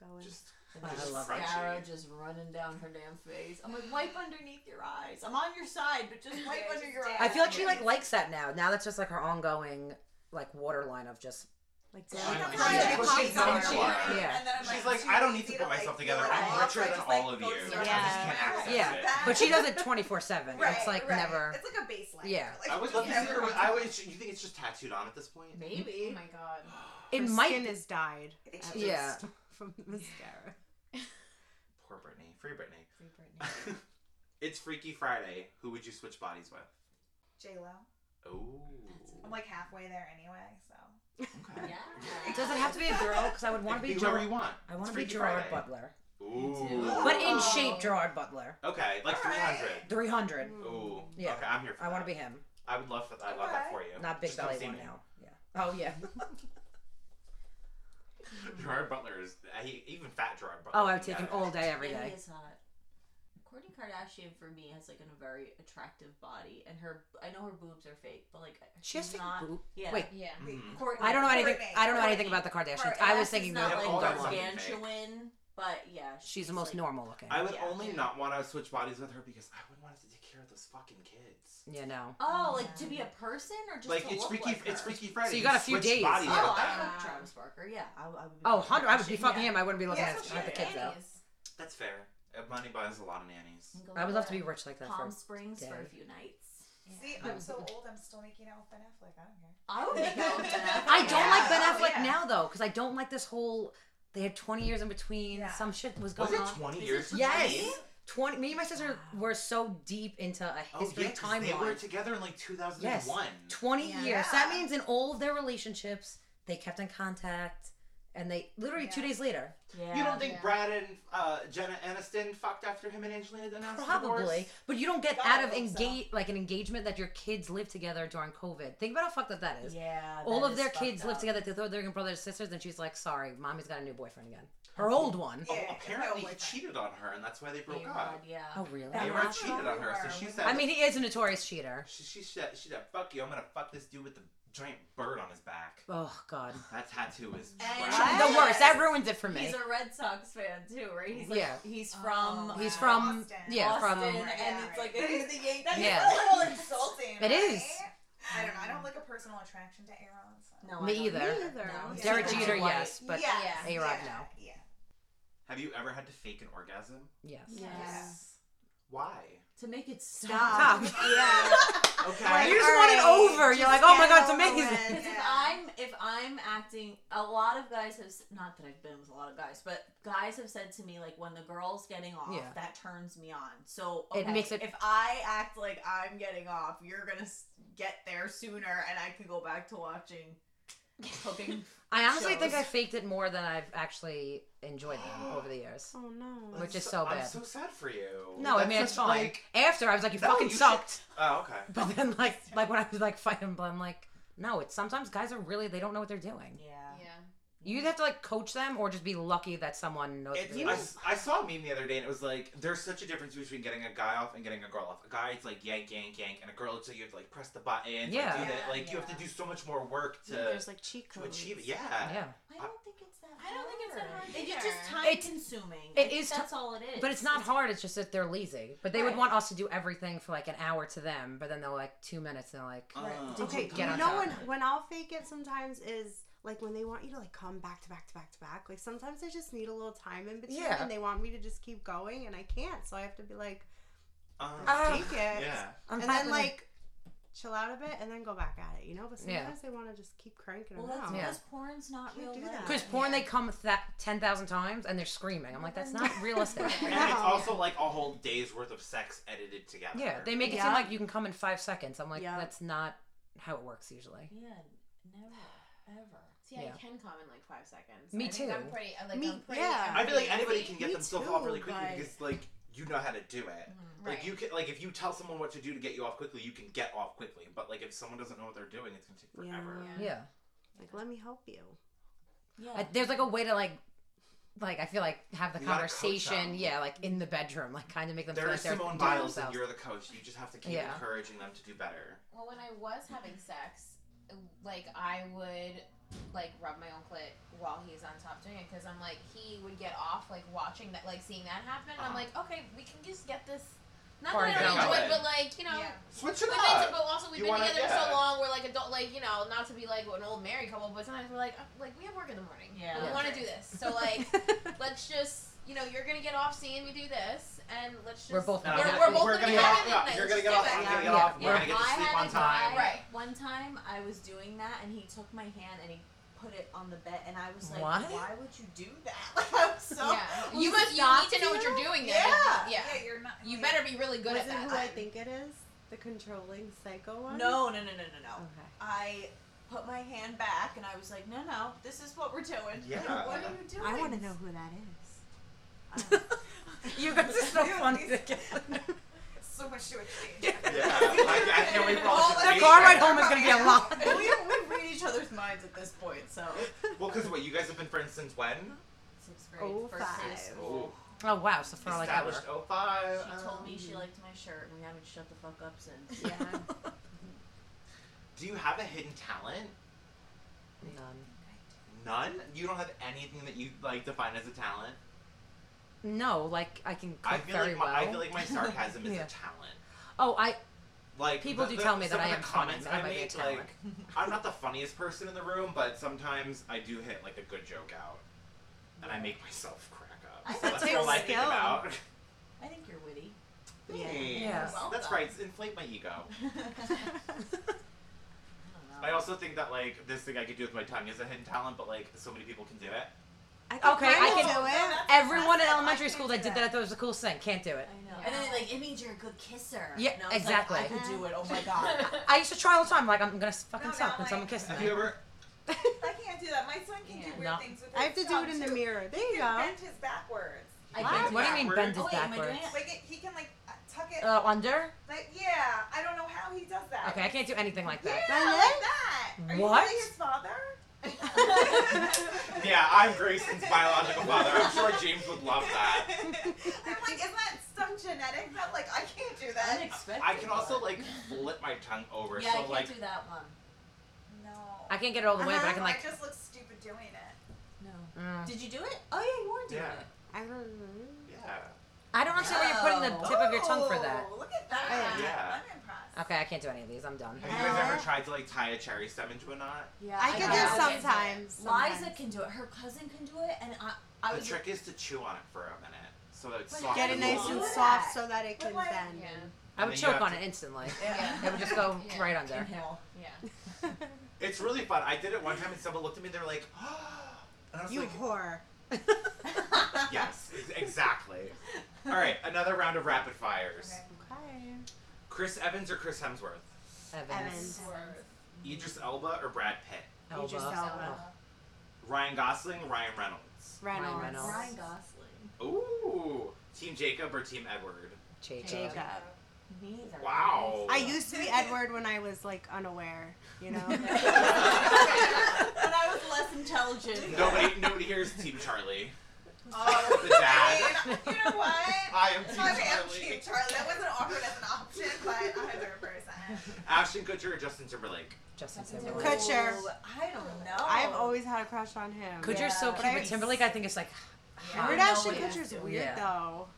S4: going.
S2: Just,
S9: And
S6: I
S9: the
S6: love
S2: it.
S9: mascara just running down her damn face. I'm like, wipe underneath your eyes. I'm on your side, but just wipe
S5: Yeah,
S9: under
S5: just
S9: your eyes.
S5: dab.
S6: I feel like she like likes that now. Now that's just like her ongoing like waterline of just
S4: like
S5: She
S4: down
S2: Yeah.
S4: on
S5: could
S2: Like,
S4: the
S5: probably
S4: cheek.
S2: she-
S5: put
S2: well, she's
S5: cheeks on
S2: done
S5: her
S2: more.
S5: cheek,
S6: Yeah.
S5: and then I'm
S2: She's
S5: like,
S2: like,
S5: she
S2: I don't
S5: needs
S2: need to
S5: you
S2: put myself
S5: like,
S2: together.
S5: blow it
S2: I'm
S5: off.
S2: richer
S5: I
S2: than
S5: just, like,
S2: all of
S5: go
S2: you.
S5: to
S2: I
S5: the
S2: just
S4: Yeah.
S2: can't access
S6: Yeah.
S2: it.
S6: But she does it 24 7.
S5: Right,
S6: It's like
S5: right.
S6: never.
S5: It's like a baseline.
S6: Yeah.
S5: Like,
S2: I would love to see
S5: never-
S2: her. With, I would. You think it's just tattooed on at this point?
S9: Maybe.
S7: Oh my god.
S6: It
S4: Her
S6: might.
S4: skin is dyed.
S5: I think
S4: at
S5: she
S6: Yeah.
S4: least, from the mascara.
S2: Poor Brittany. Free Brittany. Free Brittany. it's Freaky Friday. Who would you switch bodies with?
S5: J Lo.
S2: Oh.
S5: I'm like halfway there anyway, so.
S2: Okay.
S6: Does it have to be a girl? Because I would want to be
S2: whoever
S6: Gerard.
S2: you want.
S6: I
S2: It's
S6: want to be
S2: Freaky
S6: Gerard
S2: Friday.
S6: Butler.
S2: Ooh.
S6: But in
S5: Oh.
S6: shape, Gerard Butler.
S2: Okay, like
S5: All right.
S2: 300.
S6: 300.
S2: Ooh.
S6: Yeah.
S2: Okay, I'm here for
S6: I want
S2: that.
S6: to be him.
S2: I would love for I love that for you.
S6: Not big
S2: Just come
S6: belly
S2: see
S6: one
S2: me.
S6: now. Yeah. Oh, yeah.
S2: Gerard Butler is he, even fat Gerard Butler.
S6: Oh, I
S2: would
S6: would take him all day, every day.
S9: Maybe it's hot. Kourtney Kardashian for me has like an, a very attractive body, and her I know her boobs are fake, but like
S6: She has
S9: she's
S6: fake
S9: not.
S6: boob-
S9: Yeah.
S6: Wait.
S7: Yeah.
S9: Kourtney-
S6: I don't know anything.
S5: Courtney.
S6: I don't know anything about the
S9: her
S6: Kardashians. I was
S9: ass
S6: thinking
S9: is
S6: the
S9: not
S2: Yeah,
S6: older
S2: that's
S9: like
S6: one.
S2: something.
S9: gargantuan, but yeah,
S6: She's the most
S9: like,
S6: normal looking.
S2: I would
S9: Yeah.
S2: only not want to switch bodies with her because I would want to take care of those fucking kids.
S6: Yeah, no.
S9: Oh, like to be a person or just
S2: like
S9: to
S2: it's
S9: look
S2: freaky,
S9: like her?
S2: it's freaky Friday.
S6: So you got a few
S2: switch
S6: days.
S2: Bodies
S9: Oh,
S2: with
S9: I
S2: them.
S9: fuck Travis Barker. Yeah, I, I would be
S6: Oh, 100. I would be
S9: Yeah.
S6: fucking him. I wouldn't be looking
S5: Yeah,
S6: at,
S5: so
S6: at the
S5: she
S6: kids, though.
S2: That's fair. Uh, Money buys a lot of nannies.
S9: Go
S6: I would love to
S9: the
S6: be rich like that
S9: Palm
S6: for
S9: Springs for a
S6: day.
S9: few nights.
S5: See, I'm so old, I'm still making out with Ben Affleck. I don't care.
S9: I would make out with Ben Affleck.
S6: I don't
S5: Yeah.
S6: like
S9: Oh,
S6: Ben Affleck
S5: Yeah.
S6: now though, because I don't like this whole. They had twenty years in between.
S5: Yeah.
S6: Some shit was
S2: Was
S6: going
S2: it
S6: on.
S2: 20 years?
S6: Yes, twenty. Me and my sister were so deep into a
S2: Oh,
S6: history
S2: yeah, 'cause they were
S6: timeline.
S2: together in like 2001.
S6: yes, twenty
S9: Yeah.
S6: years. That means in all of their relationships, they kept in contact, and they literally two days later,
S9: Yeah.
S2: You don't think
S7: Yeah.
S2: Brad and uh, Jenna Aniston fucked after him and Angelina then after
S6: probably.
S2: divorce?
S6: But you don't get
S5: God,
S6: out
S5: I
S6: of
S5: hope so.
S6: engage like an engagement that your kids live together during COVID. Think about how fucked up that is.
S9: Yeah.
S6: all
S9: that
S6: of
S9: is
S6: their
S9: fucked
S6: kids live
S9: up.
S6: together. They thought they were brothers and sisters, and she's like, "Sorry, mommy's got a new boyfriend again. Her old one."
S5: Yeah,
S2: Oh, apparently he
S5: no,
S2: cheated on her and that's why they broke
S9: A-Rod,
S2: up.
S9: Yeah.
S6: Oh, really?
S2: They
S5: Yeah.
S2: were cheated on her, so she said.
S6: I mean, he is a notorious cheater.
S2: She, she said, she said, fuck you, I'm gonna fuck this dude with the giant bird on his back.
S6: Oh God,
S2: That tattoo is
S9: And-
S2: trash.
S6: the worst. That ruins it for me.
S9: He's a Red Sox fan too, right? He's like,
S6: Yeah.
S9: He's
S5: Oh,
S9: from.
S5: wow.
S6: He's from
S5: Austin.
S6: yeah,
S9: Austin,
S6: from
S9: and it's like
S5: Yeah,
S9: the Yankees. That's
S6: Yeah.
S9: a little
S5: insulting.
S9: insulting.
S6: It is.
S5: right? I don't know. I don't like a personal attraction to Aaron. So.
S9: No,
S6: Me
S9: I don't.
S6: either.
S4: Me either.
S9: No.
S4: Yeah.
S6: Derek
S9: He's
S6: Jeter,
S9: white.
S6: yes, but
S5: yes,
S6: A-Rod,
S5: yeah, Yeah.
S2: Have you ever had to fake an orgasm?
S6: yes.
S9: Yes.
S5: Yes.
S2: Why?
S9: to make it stop.
S6: Stop.
S4: Yeah.
S2: Okay.
S6: You just
S4: all
S6: want it
S4: right,
S6: over. You're
S4: just
S6: like, oh my
S4: get
S6: god, it's
S4: over
S6: amazing.
S4: with.
S9: Because if I'm if I'm acting, a lot of guys have s- not that I've been with a lot of guys, but guys have said to me like when the girl's getting off,
S6: Yeah.
S9: that turns me on. So
S6: It
S9: okay,
S6: makes it-
S9: If I act like I'm getting off, you're gonna s- get there sooner, and I can go back to watching cooking.
S6: I honestly think
S9: shows.
S6: I faked it more than I've actually enjoyed them over the years.
S4: Oh no.
S6: Which is
S2: So-
S6: so
S2: I'm
S6: bad.
S2: so sad for you.
S6: No, I
S2: That's
S6: mean it's
S2: such,
S6: fine.
S2: Like,
S6: After I was like, you
S2: No,
S6: fucking
S2: you should-
S6: sucked.
S2: oh, okay.
S6: But then like like when I was like fighting, but I'm like, no, it's sometimes guys are really they don't know what they're doing.
S9: Yeah.
S7: Yeah.
S6: You either have to like coach them or just be lucky that someone knows.
S2: It's,
S6: what they're
S2: I,
S6: doing.
S2: I saw a meme the other day and it was like, there's such a difference between getting a guy off and getting a girl off. A guy, it's like yank, yank, yank, and a girl, it's like you have to like press the button. like,
S6: Yeah.
S2: do that.
S9: Yeah,
S2: Like you have
S9: yeah.
S2: to do so much more work to,
S4: There's like cheat
S2: to
S4: codes.
S2: achieve it. Yeah.
S6: yeah,
S9: I don't think it's that.
S7: I don't think it's that hard
S9: It's
S7: either.
S9: just time
S6: It's-
S9: consuming.
S6: it is
S9: That's all it is.
S6: but it's not hard. It's just that they're lazy. But they would
S9: Right.
S6: want us to do everything for like an hour to them, but then they're like two minutes and they're like,
S2: Uh,
S9: Did
S4: Okay,
S6: get
S4: you
S6: on
S4: know
S6: top
S4: when
S6: of it.
S4: when I'll fake it sometimes is like when they want you to like come back to back to back to back. Like sometimes I just need a little time in between,
S6: Yeah.
S4: and they want me to just keep going, and I can't. So I have to be like,
S2: uh,
S4: "Let's take it,
S2: yeah.
S6: I'm
S4: and
S6: not
S4: then
S6: gonna-
S4: like chill out a bit, and then go back at it. You know, but
S6: Yeah.
S4: sometimes they want to just keep cranking
S9: Well,
S4: them
S9: that's
S4: out.
S6: Yeah.
S9: because porn's not
S4: Can't
S9: real.
S4: do
S9: life.
S4: that.
S6: because porn they come that ten thousand times and they're screaming. I'm like, that's not realistic.
S2: And
S4: Yeah.
S2: it's also like a whole day's worth of sex edited together.
S6: yeah, they make it
S4: Yeah.
S6: seem like you can come in five seconds. I'm like,
S4: Yeah.
S6: that's not how it works usually.
S9: Yeah, never, ever.
S7: See, I
S6: Yeah.
S7: can come in like five seconds.
S6: Me
S7: I think I'm
S6: too.
S7: pretty. I'm Like,
S4: Me-
S7: I'm pretty uh,
S4: yeah.
S2: I feel like anybody
S7: easy.
S2: can get
S4: Me
S2: themselves off really
S4: too,
S2: quickly
S4: but-
S2: because like you know how to do it.
S7: Mm, Right.
S2: Like you can like if you tell someone what to do to get you off quickly, you can get off quickly. But like if someone doesn't know what they're doing, it's gonna take
S4: Yeah.
S2: forever.
S7: Yeah.
S6: Yeah.
S4: Like, let me help you.
S9: Yeah.
S6: I, there's like a way to like like I feel like have the
S2: You gotta coach
S6: conversation,
S2: them.
S6: yeah, like in the bedroom, like kind of make them
S2: There
S6: feel
S2: are
S6: like they're
S2: Simone
S6: doing
S2: Biles and
S6: themselves.
S2: you're the coach. You just have to keep
S6: Yeah.
S2: encouraging them to do better.
S7: Well, when I was having sex, like I would like rub my own clit while he's on top doing it because I'm like he would get off like watching that, like seeing that happen. And I'm
S2: Uh-huh.
S7: like, okay, we can just get this. Not
S6: Party
S7: that I don't
S2: going.
S7: enjoy it, but like you know.
S9: Yeah.
S2: Switch it
S7: We've been,
S2: up.
S7: but also we've
S2: You
S7: been
S2: wanna-
S7: together
S2: yeah.
S7: so long. We're like adult, like you know, not to be like an old married couple, but sometimes we're like, uh, like we have work in the morning.
S9: Yeah.
S7: we
S6: Yeah.
S7: want to do this. So like, let's just, you know, you're gonna get off seeing me do this, and let's just.
S6: We're both
S2: And I'm
S7: We're,
S2: gonna-
S7: we're both
S2: we're gonna
S7: gonna be
S2: get off.
S7: having a
S2: yeah,
S7: night.
S2: You're gonna get
S7: Let's do
S2: off.
S7: it.
S2: I'm gonna get
S6: Yeah.
S2: off. We're
S6: Yeah.
S2: gonna get to
S9: I
S2: sleep
S9: had
S2: on
S9: a guy-
S2: time.
S7: Right.
S9: One time I was doing that and he took my hand and he put it on the bed and I was like,
S6: What?
S9: why would you do that? Like I was so
S7: yeah.
S9: Was
S7: you must.
S9: it
S7: You need to
S9: not
S7: know what
S9: you?
S7: you're doing. Then.
S9: Yeah.
S7: Yeah.
S5: you're not.
S7: You better be really good
S4: Is
S7: at
S4: it who
S7: that.
S4: I think it is? The controlling psycho one?
S9: No, no, no, no, no, no.
S6: Oh.
S4: Okay.
S9: I put my hand back and I was like, no, no, this is what we're doing.
S2: Yeah.
S9: Like, what are you doing?
S4: I want to know who that is.
S6: you guys are so
S9: Ew,
S6: funny.
S9: these-
S5: So much to exchange.
S2: Yeah. I, I can't wait for all
S9: The
S2: this
S6: the
S2: to
S6: car
S2: be
S6: ride
S2: shared.
S6: home is gonna be a lot.
S9: we, we read each other's minds at this point, so.
S2: Well, because what you guys have been friends since when?
S9: Sixth grade,
S4: Oh,
S9: first day of
S4: five.
S9: school.
S2: Ooh.
S6: Oh wow, so far like ever.
S2: Established 05.
S9: She told me she
S2: um,
S9: liked my shirt and we haven't shut the fuck up since.
S4: Yeah.
S2: Do you have a hidden talent?
S6: None.
S2: None. You don't have anything that you like define as a talent.
S6: No, like I can cook
S2: I feel
S6: very
S2: like my,
S6: well.
S2: I feel like my sarcasm is
S6: Yeah.
S2: a talent.
S6: oh, I
S2: Like
S6: People
S2: the-
S6: do
S2: the-
S6: tell me
S2: some of
S6: that I
S2: the
S6: am funny,
S2: comments
S6: that I
S2: I
S6: might be a
S2: make,
S6: talent.
S2: like I'm not the funniest person in the room, but sometimes I do hit like a good joke out, and I make myself crack up. So
S9: I think
S2: that's
S9: that's
S2: all I think
S4: skill.
S2: about.
S9: I think you're witty.
S4: Yeah.
S2: Thanks.
S6: Yeah.
S9: Well
S2: That's
S9: done.
S2: right. it's Inflate my ego. I also think that like this thing I could do with my tongue is a hidden talent, but like so many people can do it.
S4: I
S6: Okay, I
S4: kinda
S6: can-
S4: do it.
S6: everyone in
S9: I
S6: elementary
S9: can't
S6: school
S9: do
S6: that did
S9: that.
S6: that I thought was the cool thing. Can't do it.
S9: I know. And then like it means you're a good kisser.
S6: Yeah,
S9: And I was
S6: exactly.
S9: Like, I could do it. Oh my god.
S6: I used to try all the time. Like I'm gonna fucking
S5: No,
S6: suck
S5: no,
S6: when someone
S5: like-
S6: kisses
S2: Have
S6: me.
S2: you ever?
S5: I can't do that. My son can do
S6: Yeah.
S5: weird
S6: No.
S5: things with his
S4: I have to do
S5: tongue,
S4: it in the
S5: too.
S4: mirror. There
S5: He
S4: you
S5: can
S4: go.
S5: bend his backwards.
S6: I
S2: What?
S6: bend- what do you mean bend is
S9: Oh, wait, am I doing
S6: backwards?
S9: it?
S5: Like it, he can like uh, tuck it.
S6: Uh, under?
S5: like yeah, I don't know how he does that.
S6: Okay, I can't do anything like
S5: Yeah,
S6: that.
S5: like that. Are
S6: What?
S5: you really his father?
S2: Yeah, I'm Grayson's biological father. I'm sure James would love that.
S5: I'm like, isn't that some genetic? That like I can't do that.
S9: Unexpected.
S2: I can also
S9: but-
S2: like flip my tongue over,
S9: Yeah, I
S2: so
S9: can't
S2: like
S9: do that one.
S5: No.
S6: I can't get it all the way, but I
S4: Uh-huh.
S6: can like.
S5: I just look stupid doing it.
S9: No.
S6: mm.
S9: Did you do it? Oh yeah, you were doing
S2: Yeah.
S9: it.
S4: I don't know.
S2: yeah.
S6: I don't understand why you're putting the tip of your tongue for that.
S5: Oh, Look at that.
S2: Yeah.
S5: I'm impressed.
S6: Okay, I can't do any of these. I'm done.
S2: Have you guys
S4: Uh,
S2: ever tried to like tie a cherry stem into a knot?
S9: Yeah.
S4: I can
S6: do
S4: do
S6: it.
S9: Liza
S4: sometimes. sometimes.
S9: can do it. Her cousin can do it, and I. I
S2: The
S9: was
S2: trick is to chew on it for a minute. so that it's
S7: But
S2: soft.
S4: Get it
S2: and
S4: nice
S2: warm.
S4: and
S5: that.
S4: soft so that it
S5: But
S4: can
S5: like-
S4: bend.
S7: Yeah.
S6: I
S2: And
S6: would
S2: then you
S6: choke
S2: have
S6: on
S2: to-
S6: it instantly.
S5: Yeah.
S6: It would just go
S7: Yeah.
S6: right under.
S7: Yeah.
S2: It's really fun. I did it one time and someone looked at me and they were like, and I was
S4: You
S2: like,
S4: whore.
S2: yes, ex- exactly. All right, another round of rapid fires.
S5: Okay.
S4: Okay.
S2: Chris Evans or Chris Hemsworth?
S6: Evans.
S4: Evans.
S5: Swerve.
S2: Idris Elba or Brad Pitt?
S6: Elba. Oh,
S4: Idris Elba.
S2: Ryan Gosling, Ryan Reynolds.
S4: Reynolds.
S6: Ryan Reynolds.
S8: Ryan Gosling.
S2: Ooh, Team Jacob or Team Edward?
S6: Jacob.
S4: Jacob.
S8: Neither.
S2: Wow.
S4: I used to be Edward when I was like unaware, you know.
S8: But I was less intelligent.
S2: Nobody, nobody here is Team Charlie.
S5: Oh,
S2: The dad.
S5: I mean, you know what?
S2: I am Team
S5: I am
S2: Charlie.
S5: Team Charlie. That wasn't offered as an option, but 100. percent
S2: Ashton Kutcher or Justin Timberlake?
S6: Justin
S7: Justin
S6: Timberlake.
S4: Timberlake. Kutcher.
S8: I don't know.
S4: I've always had a crush on him.
S6: Kutcher's so
S8: Yeah.
S6: cute, but
S4: Right.
S6: Timberlake I think is like
S8: Yeah.
S4: Weird
S8: I know
S4: Ashton
S8: what he's
S4: Kutcher's
S8: doing.
S4: weird
S6: Yeah.
S4: though.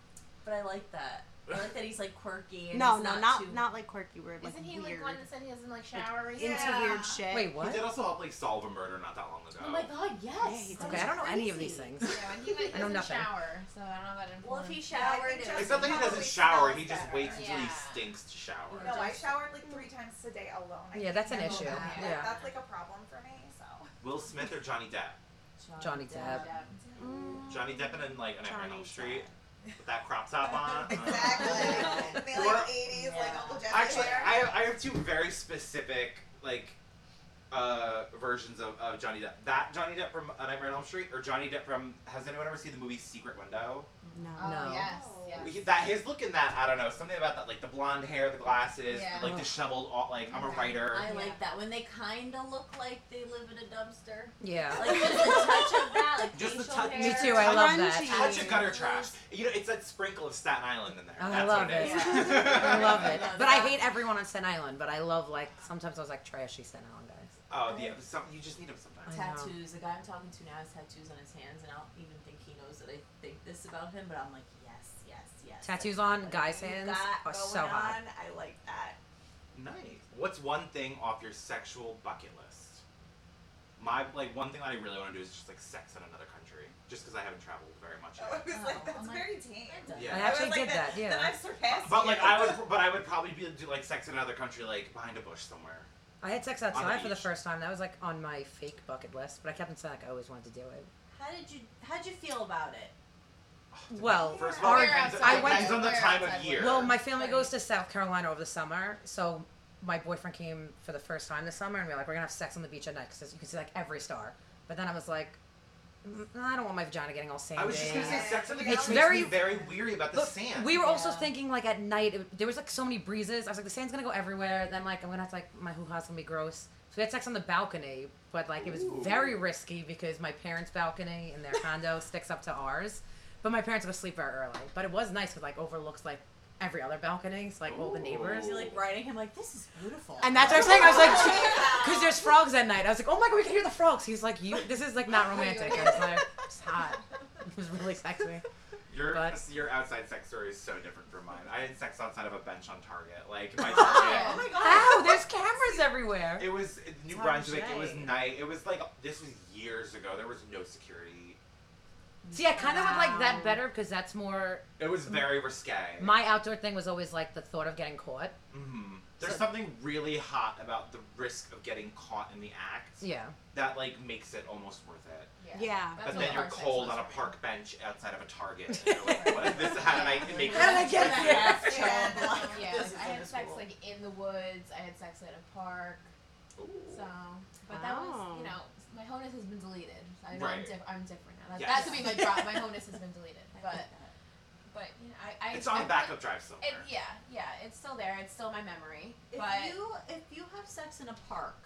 S8: But I like that. I like that he's like quirky. And
S4: No,
S8: he's
S4: no, not
S8: not
S4: not,
S8: too...
S4: like quirky weird. Like
S7: Isn't he
S4: weird.
S7: like one that said he doesn't like shower or
S4: into
S7: something?
S5: Yeah.
S4: weird shit.
S6: wait
S2: He did
S6: what?
S2: also help like solve a murder not that long ago.
S7: Oh my god, yes.
S4: he's
S7: That
S6: Okay,
S7: is
S6: I don't know any of
S7: crazy.
S6: these things.
S7: Yeah, and he like
S6: I know
S7: doesn't
S6: nothing.
S7: shower, so I don't know that.
S8: Well, if he
S7: informs-
S8: showered,
S5: Yeah, I
S8: it
S5: think
S8: was
S2: Except that he
S5: Probably
S2: doesn't shower.
S5: smells
S2: He just
S5: better.
S2: waits until he
S7: Yeah.
S2: stinks to shower.
S5: No, I showered like three times today alone. I
S6: Yeah, that's an
S5: can't
S6: issue.
S5: handle that. Like,
S6: Yeah.
S5: That's like a problem for me. So.
S2: Will Smith or Johnny Depp?
S6: Johnny Depp.
S7: Mm.
S2: Johnny Depp and then like an
S4: Johnny
S2: Elm Street with that crop top on.
S5: Exactly. They
S2: Or-
S5: like 80s, like
S8: Yeah.
S5: Uncle Jesse
S2: Actually,
S5: hair.
S2: I have, I have two very specific like uh, versions of, of Johnny Depp. That Johnny Depp from A Nightmare on Elm Street, or Johnny Depp from Has anyone ever seen the movie Secret Window?
S4: No.
S7: Oh,
S6: No.
S7: yes, yes.
S2: He- That his look in that, I don't know, something about that, like the blonde hair, the glasses,
S7: Yeah.
S2: like disheveled, all, like I'm a
S7: Okay.
S2: writer.
S8: I
S7: Yeah.
S8: like that when they kind of look like they live in a dumpster.
S6: Yeah.
S8: Like just a touch of that, like
S2: Just the
S8: facial
S2: touch-
S8: hair.
S6: Me too, I love that.
S4: Grungy.
S2: Touch of gutter trash. You know, it's that sprinkle of Staten Island in there.
S6: Oh, I
S2: That's
S6: love
S2: what it is.
S6: it. I love it.
S8: Yeah.
S6: But I hate everyone on Staten Island, but I love like sometimes I was like trashy Staten Island guys.
S2: Oh, yeah. Some, you just need them sometimes.
S6: I know.
S8: tattoos. The guy I'm talking to now has tattoos on his hands, and I don't even think he knows that I think this about him. But I'm like, yes, yes, yes.
S6: Tattoos on guys'
S8: You
S6: hands
S8: got
S6: are
S8: going
S6: so hot.
S8: on. I like that.
S2: Nice. What's one thing off your sexual bucket list? My like one thing that I really want to do is just like sex in another country, just because I haven't traveled very much.
S5: I
S2: Yet.
S5: was
S8: Oh,
S5: like, that's
S8: my-
S5: very teen.
S2: Yeah.
S6: I
S5: I was
S6: actually
S5: like,
S6: did that, yeah.
S5: Then I've surpassed
S2: But like
S5: you.
S8: Oh
S2: I would, but I would probably be, do like sex in another country, like behind a bush somewhere.
S6: I had sex
S2: On
S6: outside
S2: the
S6: for the
S2: beach.
S6: first time. That was like on my fake bucket list, but I kept on saying like I always wanted to do it.
S8: How did you How'd you feel about it?
S6: Well,
S2: First of all,
S6: our,
S2: it
S7: Where
S2: depends,
S6: outside?
S2: it depends on the
S7: Where
S2: time of
S7: outside?
S2: year.
S6: well, my family
S7: Right.
S6: goes to South Carolina over the summer, so my boyfriend came for the first time this summer, and we were like, we're gonna have sex on the beach at night because you can see like every star. But then I was like, "Mm, I don't want my vagina getting all sandy.
S2: I was just gonna say
S5: Yeah.
S2: sex in the
S5: It's
S2: country makes
S6: very-
S2: me very weary about the
S6: But
S2: sand.
S6: We were also
S8: Yeah.
S6: thinking like at night it, there was like so many breezes. I was like the sand's gonna go everywhere. Then like I'm gonna have to like my hoo ha's gonna be gross. So we had sex on the balcony, but like it was
S2: Ooh.
S6: very risky because my parents' balcony in their condo sticks up to ours. But my parents go to sleep very early. But it was nice because like overlooks like every other balcony, so like all the neighbors.
S2: Ooh.
S8: You're like writing him like this is beautiful.
S6: And that's what I'm saying. I was like, because there's frogs at night. I was like, oh my god, we can hear the frogs. He's like, you, this is like not romantic. I was like, it's hot. It was really sexy.
S2: Your
S6: But-
S2: your outside sex story is so different from mine. I had sex outside of a bench on Target. Like my Target.
S8: oh my god.
S6: Ow, there's cameras everywhere.
S2: It was it- New
S4: Touché.
S2: Brunswick. It was night. It was like this was years ago. There was no security.
S6: See, I kind of would like that
S4: Wow.
S6: better because that's more.
S2: It was very risque.
S6: Mm. My outdoor thing was always like the thought of getting caught.
S2: hmm There's
S6: So-
S2: something really hot about the risk of getting caught in the act.
S6: Yeah.
S2: That like makes it almost worth it.
S4: Yeah.
S7: That's
S2: but
S7: what
S2: then you're
S7: our sex
S2: cold
S7: was
S2: on a
S7: like.
S2: park bench outside of a Target. And you're like, what is this? How did I make
S6: How did I
S2: this?
S6: get
S8: Yeah.
S6: here?
S8: Yeah.
S7: Yeah,
S8: This is
S7: I had sex
S8: unacceptable.
S7: like in the woods. I had sex at a park.
S2: Ooh.
S7: So, but that was,
S4: Wow.
S7: you know, my honus has been deleted. I know I'm,
S2: Right.
S7: diff- I'm different now. That,
S2: Yes.
S7: that could be my drop. My honus has been deleted, but but you know, I, I
S2: It's
S7: I
S2: on
S7: feel-
S2: backup drive somewhere.
S7: It, yeah, yeah, it's still there. It's still my memory.
S8: If
S7: but
S8: you if you have sex in a park,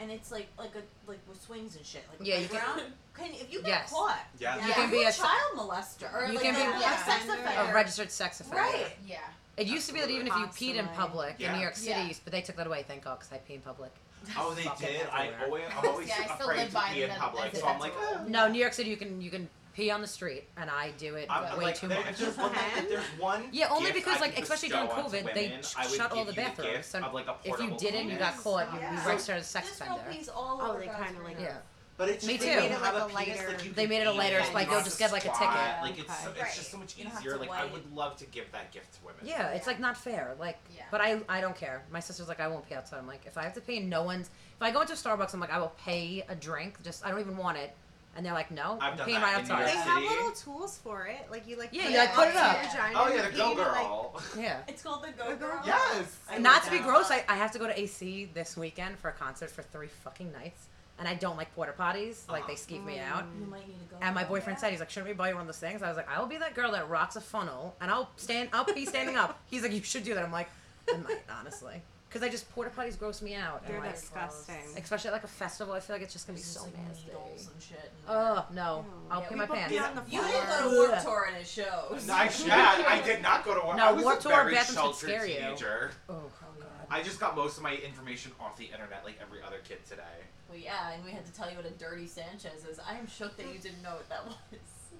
S8: and it's like like a like with swings and shit, like a
S6: Yeah, you can-
S8: playground, can, if you get
S6: Yes.
S8: caught,
S2: Yeah.
S6: You can be
S8: you're
S6: a
S8: a
S6: se-
S8: child molester or
S6: you
S8: like
S6: can
S8: a,
S6: be-
S8: a sex
S4: Yeah.
S8: offender,
S6: A registered sex offender.
S8: right?
S7: yeah,
S6: It used to be that even if you peed in
S4: Absolutely.
S6: public in
S2: Yeah.
S6: New York City,
S7: Yeah.
S6: but they took that away, thank God, because I pee in public.
S2: Oh, they
S6: Fucking
S2: did. I
S6: everywhere.
S2: always, I'm always
S7: Yeah, I still
S2: afraid
S7: live by
S2: to pee in
S7: that-
S2: public,
S7: that's
S2: so I'm
S7: a-
S2: like,
S7: that's a
S2: "Oh,
S7: rule."
S6: No, New York City, you can you can pee on the street, and I do it
S2: I'm, I'm
S6: way
S2: like,
S6: too
S2: there-
S6: much.
S2: If there's one, if there's one
S6: Yeah, only
S2: gift
S6: because,
S2: I
S6: like,
S2: could
S6: especially during
S2: bestow onto
S6: COVID, they
S2: women,
S6: sh-
S2: I would
S6: shut all
S2: give
S6: the
S2: you
S6: bathrooms,
S2: gift
S6: so
S2: of, like, a
S6: if you
S2: portable
S6: didn't, you got
S2: penis.
S6: caught. You,
S5: Yeah.
S6: you registered as a sex
S8: This girl
S6: offender.
S8: pees all
S4: Oh,
S8: over
S4: they
S8: God's
S4: kinda like
S8: green
S6: Yeah.
S8: earth.
S2: But it's
S6: Me
S2: just,
S6: too.
S2: Like,
S6: They
S2: you
S6: made
S4: it
S2: have
S4: like
S2: a
S4: a
S2: penis,
S4: lighter-
S2: like, you
S6: They
S2: can
S6: made it a
S2: eat
S6: lighter,
S2: and
S6: it's like,
S2: you're
S6: oh,
S2: not
S6: just get, like, a
S2: squat.
S6: ticket.
S2: Like it's, so,
S4: Okay.
S2: it's just so much
S9: You don't have
S2: easier.
S9: to
S2: Like I
S9: wait.
S2: would love to give that gift to women.
S6: Yeah, it's like not fair. Like,
S7: Yeah.
S6: but I I don't care. My sister's like, I won't pay outside. I'm like, if I have to pay, no one's. If I go into Starbucks, I'm like, I will pay a drink. Just I don't even want it. And they're like, no,
S2: I've
S6: I'm
S2: done
S6: paying
S2: that
S6: right
S2: in New
S6: outside.
S4: They
S2: York
S4: have
S2: City.
S4: little tools for it. Like you like
S6: Yeah,
S4: put
S6: you, like, put it
S4: up to
S6: up.
S4: your vagina
S2: Oh
S4: and
S2: yeah,
S4: you
S2: the Go
S4: can even, like,
S2: Girl.
S6: yeah.
S9: It's called the Go
S4: The Go
S9: Girl.
S2: yes.
S4: I
S6: Not
S4: like
S6: to be
S4: that.
S6: gross, I, I have to go to AC this weekend for a concert for three fucking nights, and I don't like porta potties. Like they
S2: Uh-huh.
S6: skeeve me out.
S9: You might need to go.
S6: And my boyfriend said, he's like, shouldn't we buy you one of those things? I was like, I will be that girl that rocks a funnel, and I'll stand, I'll be standing up. He's like, you should do that. I'm like, I might honestly, because I just porta potties gross me out. and,
S4: They're
S6: like,
S4: disgusting.
S6: Especially at like a festival, I feel like it's just gonna be
S9: It's
S6: so
S9: like
S6: nasty.
S9: needles and shit. in
S6: Oh no,
S4: Ew.
S6: I'll
S9: Yeah,
S6: pee
S9: we
S6: my
S4: put
S6: pants.
S4: pee on the
S9: there. You didn't go to
S6: Ugh.
S9: Warped Tour and his shows.
S2: No, I, yeah, I did not go to war.
S6: No,
S2: I was
S6: Warped
S2: a
S6: Tour
S2: very
S6: bathrooms would
S2: sheltered
S6: scare you.
S2: teenager.
S6: Oh god.
S2: I just got most of my information off the internet, like every other kid today.
S9: Well, yeah, and we had to tell you what a dirty Sanchez is. I am shook that you didn't know what that was.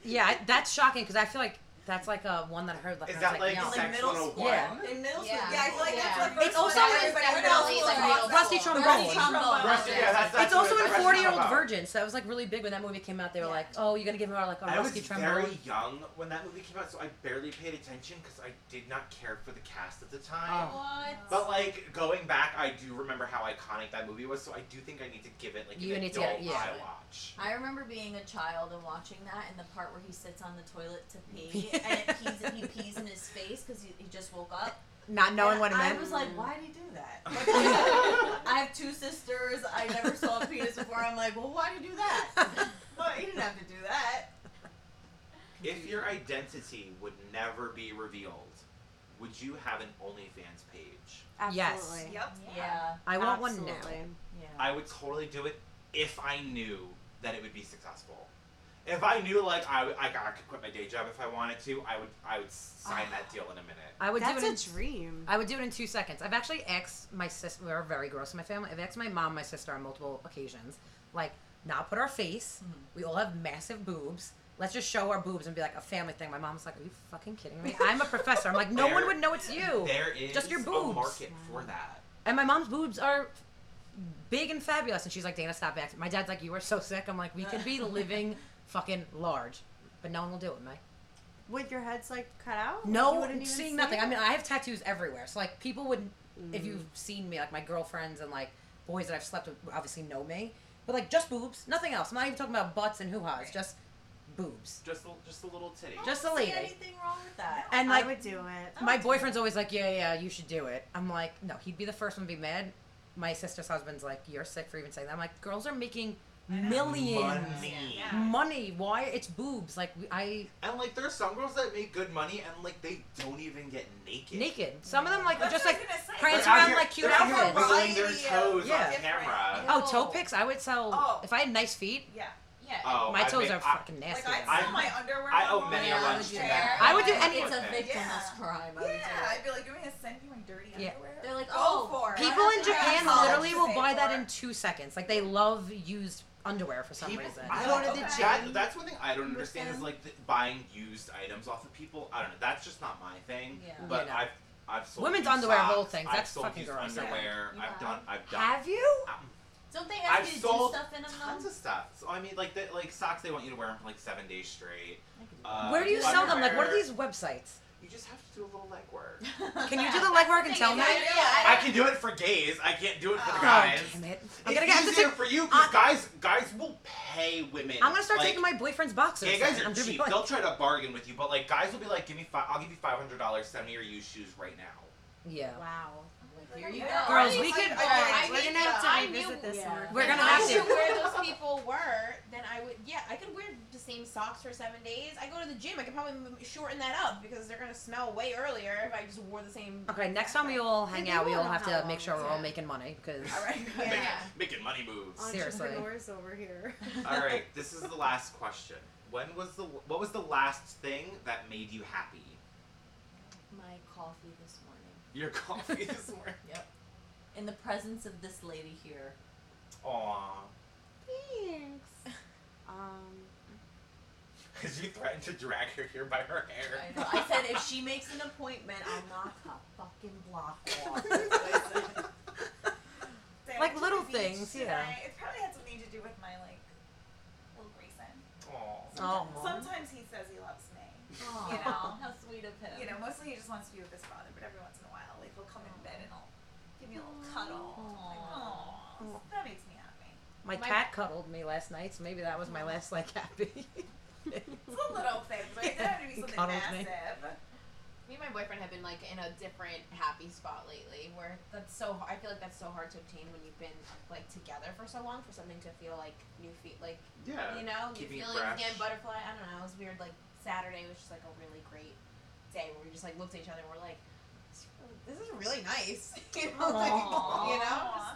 S6: Yeah, I, that's shocking because I feel like that's like a one that I heard. Like,
S2: Is that
S6: I was
S2: like,
S6: like, no.
S9: like
S2: sex
S9: middle
S2: 101?
S6: Yeah.
S8: In middle school,
S7: Yeah.
S8: yeah, I feel like that's
S7: Yeah.
S8: the first
S6: It's also
S8: one
S6: in-
S8: everybody
S7: it's
S8: in
S7: definitely
S8: middle school talks
S7: like middle
S8: about.
S6: Rusty
S7: school.
S6: trombone.
S9: Rusty trombone.
S2: Rusty- yeah, that's, that's
S6: it's also
S2: what Oh,
S6: in
S2: it's about.
S6: 40 year old
S2: About.
S6: virgins. That was like really big when that movie came out. They were
S9: Yeah.
S6: like, oh, you're gonna give her like a
S2: I was
S6: rusty trombone.
S2: very young when that movie came out, so I barely paid attention because I did not care for the cast at the time.
S6: Oh.
S2: But like going back, I do remember how iconic that movie was, so I do think I need to give it like
S6: You
S2: an
S6: need to
S2: adult
S6: get- yeah.
S2: eye watch.
S9: I remember being a child and watching that, and the part where he sits on the toilet to pee, and it pees, he pees in his face because he, he just woke up.
S6: Not knowing
S9: And
S6: what it
S9: I
S6: meant.
S9: was like, why did he do that? Like, I have two sisters. I never saw a penis before. I'm like, well, why did you do that? Well, you didn't have to do that.
S2: If your identity would never be revealed, would you have an OnlyFans page?
S6: Yes.
S4: Absolutely.
S8: Yep.
S9: Yeah.
S6: I want one now.
S4: Absolutely.
S9: Yeah.
S2: I would totally do it if I knew that it would be successful. If I knew, like, I, would- I, I could quit my day job if I wanted to, I would I would sign that deal in a minute.
S6: I would do it. in-
S4: That's a dream.
S6: I would do it in two seconds. I've actually asked my sister. We're very gross in my family. I've asked my mom, my sister on multiple occasions, like not put our face.
S2: Mm-hmm.
S6: We all have massive boobs. Let's just show our boobs and be like a family thing. My mom's like, "Are you fucking kidding me? I'm a professor. I'm like, no one
S2: There-
S6: would know it's you."
S2: There is
S6: Just your
S2: a
S6: boobs.
S2: market for that.
S6: And my mom's boobs are big and fabulous. And she's like, Dana, stop acting. My dad's like, you are so sick. I'm like, we could be living fucking large, but no one will do it with me.
S4: Would your heads like cut out? You
S6: No
S4: wouldn't even
S6: seeing
S4: see
S6: nothing.
S4: it? Mm.
S6: I mean, I have tattoos everywhere. So, like, people would, if you've seen me, like my girlfriends and like boys that I've slept with obviously know me. But like, just boobs, nothing else. I'm not even talking about butts and hoo ha's, just boobs.
S2: Just a, just a little titty.
S9: I don't
S6: Just a
S9: See
S6: lady.
S9: anything wrong with that?
S6: And like,
S4: I would do it.
S6: my boyfriend's always like, yeah, yeah, you should do it. I'm like, no, he'd be the first one to be mad. My sister's husband's like, you're sick for even saying that. I'm like, girls are making millions money.
S2: Money.
S6: Why? It's boobs. Like we- I
S2: And like, there's some girls that make good money and like they don't even get naked.
S6: naked. Some of them like are
S8: That's
S6: just
S8: what I
S6: like
S8: was gonna say.
S2: They're
S6: prance
S2: out
S6: around
S2: here-
S6: like cute
S2: they're out here
S6: outfits.
S2: wiggling their
S8: Variety of
S2: toes on
S6: Yeah.
S2: camera.
S6: Oh,
S8: No.
S6: toe pics. I would sell
S8: Oh.
S6: if I had nice feet.
S8: Yeah.
S7: Yeah.
S2: Oh,
S6: my
S2: I
S6: toes
S2: mean,
S6: are
S2: I-
S6: fucking
S8: Like
S6: nasty.
S8: I sell
S2: I'm-
S8: my underwear.
S2: I owe
S8: online.
S2: many
S9: a
S8: Yeah,
S9: lunch
S8: I
S9: there.
S8: share.
S6: I would do
S9: Like,
S6: any-
S9: It's a victimless
S8: Yeah.
S9: crime. I would
S8: Yeah,
S9: do it.
S8: I'd be like, you want me to send you my dirty
S6: Yeah.
S8: underwear?
S9: They're like,
S8: Go
S9: oh,
S8: for it.
S6: People in
S8: Yeah.
S6: Japan
S8: Yeah.
S6: literally will
S8: Save
S6: buy that
S8: for
S6: in
S8: it.
S6: two seconds. Like they love used underwear for some
S2: People-
S6: reason.
S2: I
S4: Go
S2: don't,
S4: to the
S2: that-
S4: gym.
S2: that's one thing I don't understand is
S9: Understand?
S2: like the, buying used items off of people. I don't know. That's just not my thing.
S9: Yeah.
S2: But
S6: Yeah, no.
S2: I've I've sold
S6: Women's
S2: used
S6: underwear
S2: socks,
S6: whole things,
S2: I've
S6: that's
S2: sold
S6: fucking
S2: used
S6: gross, yeah.
S2: underwear. I've
S7: Yeah.
S2: done. I've done.
S6: Have you?
S9: Don't they ask
S2: I've
S9: you to
S2: sold
S9: do stuff in them?
S2: tons of stuff. So I mean, like the, like socks, they want you to wear them for like seven days straight. Uh,
S6: Where do you sell them? Like what are
S2: underwear,
S6: these websites?
S2: You just have to do a little legwork.
S6: Can you do the legwork and tell me?
S7: Yeah,
S2: I can do it for gays. I can't do it for the
S8: Oh,
S2: guys.
S6: Oh, damn it. I'm
S2: It's
S6: gonna get. I'm,
S2: easier
S6: gonna take-
S2: for you because
S6: I-
S2: guys guys will pay women.
S6: I'm gonna start
S2: like,
S6: taking my boyfriend's boxers.
S2: Gay guys
S6: then.
S2: are
S6: I'm gonna be
S2: cheap.
S6: like-
S2: They'll try to bargain with you, but like guys will be like, "Give me five. I'll give you five hundred dollars. Send me your used shoes right now."
S6: Yeah.
S4: Wow.
S9: Here you go.
S8: Yeah.
S6: Girls, we
S8: Like,
S6: could-
S8: oh,
S7: I
S8: I
S4: We're
S7: mean,
S4: gonna have to
S7: I
S4: revisit
S7: knew-
S4: this.
S9: yeah.
S4: one.
S6: We're
S7: If
S6: gonna
S7: I
S6: have
S7: knew
S6: to.
S7: where those people were, then I would. Yeah, I could wear the same socks for seven days. I go to the gym. I could probably m- shorten that up because they're gonna smell way earlier if I just wore the same.
S6: Okay, next time we all hang
S4: they
S6: out, we
S4: won't
S6: all
S4: know
S6: have
S4: how
S6: to
S4: long
S6: make sure
S4: it's
S6: we're all
S7: at.
S6: making money because
S8: All right.
S7: Yeah.
S2: Making, making money moves.
S6: Seriously.
S4: Entrepreneurs over here.
S2: All right, this is the last question. When was the what was the last thing that made you happy?
S9: My coffee this morning.
S2: Your coffee this morning.
S9: Yep. In the presence of this lady here.
S2: Aw,
S4: Thanks. Um.
S2: because you threatened to drag her here by her hair.
S9: I, know. I said if she makes an appointment, I'll knock her fucking block off.
S8: Say, I went
S6: Like
S8: to
S6: little
S8: the beach
S6: things, yeah.
S8: today. It probably had something to do with my like
S6: Oh,
S5: Sometimes,
S6: Mom.
S5: sometimes he says he loves me.
S9: Aw,
S5: You know.
S9: how sweet of him.
S5: You know, mostly he just wants to be with his father, but every once in a while, like he'll come in bed and I'll give me a little cuddle. Like, oh, that makes me happy.
S6: My,
S7: My-
S6: cat cuddled me last night, so maybe that was my last like happy.
S5: It's a little thing, but it doesn't have to be
S6: He
S5: something
S6: cuddles me.
S5: massive.
S7: Me and my boyfriend have been like in a different happy spot lately, where that's so. har- I feel like that's so hard to obtain when you've been like together for so long for something to feel like new feet, like
S2: Yeah.
S7: you know, new
S2: keeping it
S7: feelings
S2: fresh.
S7: again, butterfly. I don't know. It was weird. Like Saturday was just like a really great day where we just like looked at each other and we're like, this is really nice. you know, like,
S5: Aw.
S7: you know.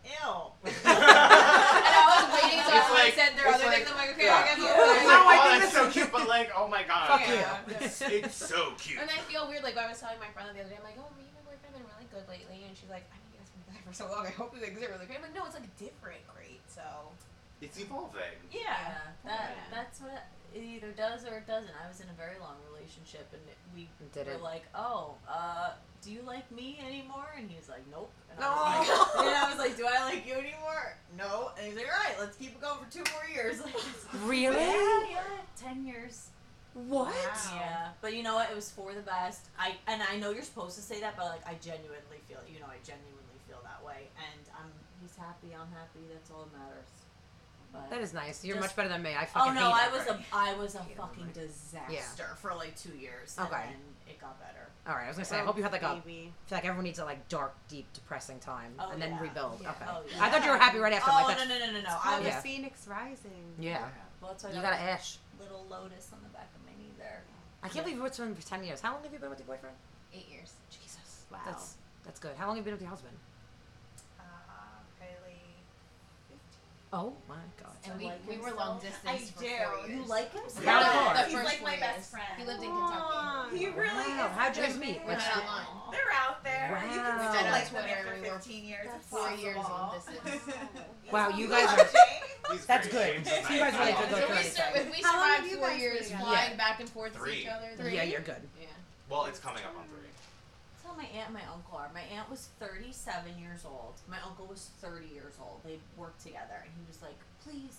S5: Ew.
S7: And I was waiting until
S2: It's
S7: everyone
S2: like-
S7: said their
S2: it's
S7: other
S2: like-
S7: things. I'm like, okay, I
S2: yeah.
S7: guess.
S2: It's
S7: we'll-
S2: like,
S4: No, I
S2: oh,
S4: think
S2: that's
S4: this
S2: so cute, but like, oh my god.
S6: Fuck
S7: Yeah.
S6: you.
S2: It's, it's so cute.
S7: And I feel weird, like I was telling my friend the other day, I'm like, oh, me and my boyfriend have been really good lately, and she's like, I mean, you guys have been together for so long. I hope you guys are really great. I'm like, no, it's like different great. So
S2: It's evolving.
S9: Yeah, that
S7: Yeah.
S9: that's what it either does or it doesn't. I was in a very long relationship, and it- we
S6: Did
S9: were
S6: it.
S9: like, "Oh, uh, do you like me anymore?" And he was like, "Nope." And I was
S5: No.
S9: like, and I was like, "Do I like you anymore?" No. And he's like, "All right, let's keep it going for two more years." Like,
S6: Really?
S9: Yeah, yeah, ten years.
S6: What?
S5: Wow.
S9: Yeah, but you know what? It was for the best. I and I know you're supposed to say that, but like, I genuinely feel. You know, I genuinely feel that way, and I'm. He's happy. I'm happy. That's all that matters. But
S6: That is nice. You're
S9: Just-
S6: much better than me. I
S9: Oh
S6: fucking
S9: no,
S6: hate
S9: I
S6: it.
S9: was a I was a
S6: Hate it,
S9: fucking
S6: right.
S9: disaster for like two years.
S6: Okay.
S9: And then it got better.
S6: All right, I was gonna say. I
S4: Oh,
S6: hope you had like a. I
S4: baby.
S6: feel like everyone needs a like dark, deep, depressing time,
S9: Oh,
S6: and then
S9: yeah.
S6: rebuild.
S4: Yeah.
S6: Okay.
S9: Oh,
S6: I thought you were happy right after.
S9: oh
S6: like
S9: no
S6: that's,
S9: no no no no.
S4: It's
S9: I
S4: called
S9: was
S4: Oh, the
S6: yeah.
S4: Phoenix Rising.
S6: Yeah.
S9: well, that's why I
S6: You
S9: got
S6: got an ash.
S9: a little lotus on the back of my knee there.
S6: I can't believe you were with someone for ten years. How long have you been with your boyfriend?
S7: eight years.
S6: Jesus.
S4: Wow.
S6: That's that's good. How long have you been with your husband?
S5: Uh, really.
S6: Oh my god.
S7: And we,
S9: like
S7: we
S9: him
S7: were
S9: so-
S7: long distance.
S5: I
S7: for
S5: do.
S7: Four
S9: You
S7: years.
S9: like him?
S7: We
S6: How
S7: were-
S6: far?
S7: the
S5: He's
S7: first
S5: like my
S7: four
S5: best
S7: years.
S5: friend.
S7: He lived in
S4: Aw.
S7: Kentucky.
S5: He really
S6: Wow,
S5: is.
S6: how'd you guys
S5: They're
S6: meet?
S5: big.
S6: What's-
S7: Not online.
S5: They're out there. You can
S6: Wow.
S5: still
S6: Yeah,
S5: like
S7: Twitter,
S5: them after
S7: we were
S5: 15 years.
S7: That's
S5: It's
S7: four years in
S5: possible.
S7: this is-
S6: Wow,
S5: It's
S6: you guys are-
S5: encouraging.
S2: He's
S6: That's
S2: very
S6: good.
S2: changed
S6: You guys really
S2: tonight.
S6: did good.
S7: if, we
S6: thirty
S7: sur- if we
S4: How long
S7: survived
S4: have you
S7: four
S4: guys been
S7: years
S4: together?
S7: flying back and forth to
S2: Three.
S7: each other,
S6: Yeah, you're good.
S7: Yeah.
S2: Well, it's coming up on three.
S9: That's how my aunt and my uncle are. My aunt was 37 years old. My uncle was 30 years old. They worked together, and he was like, "Please,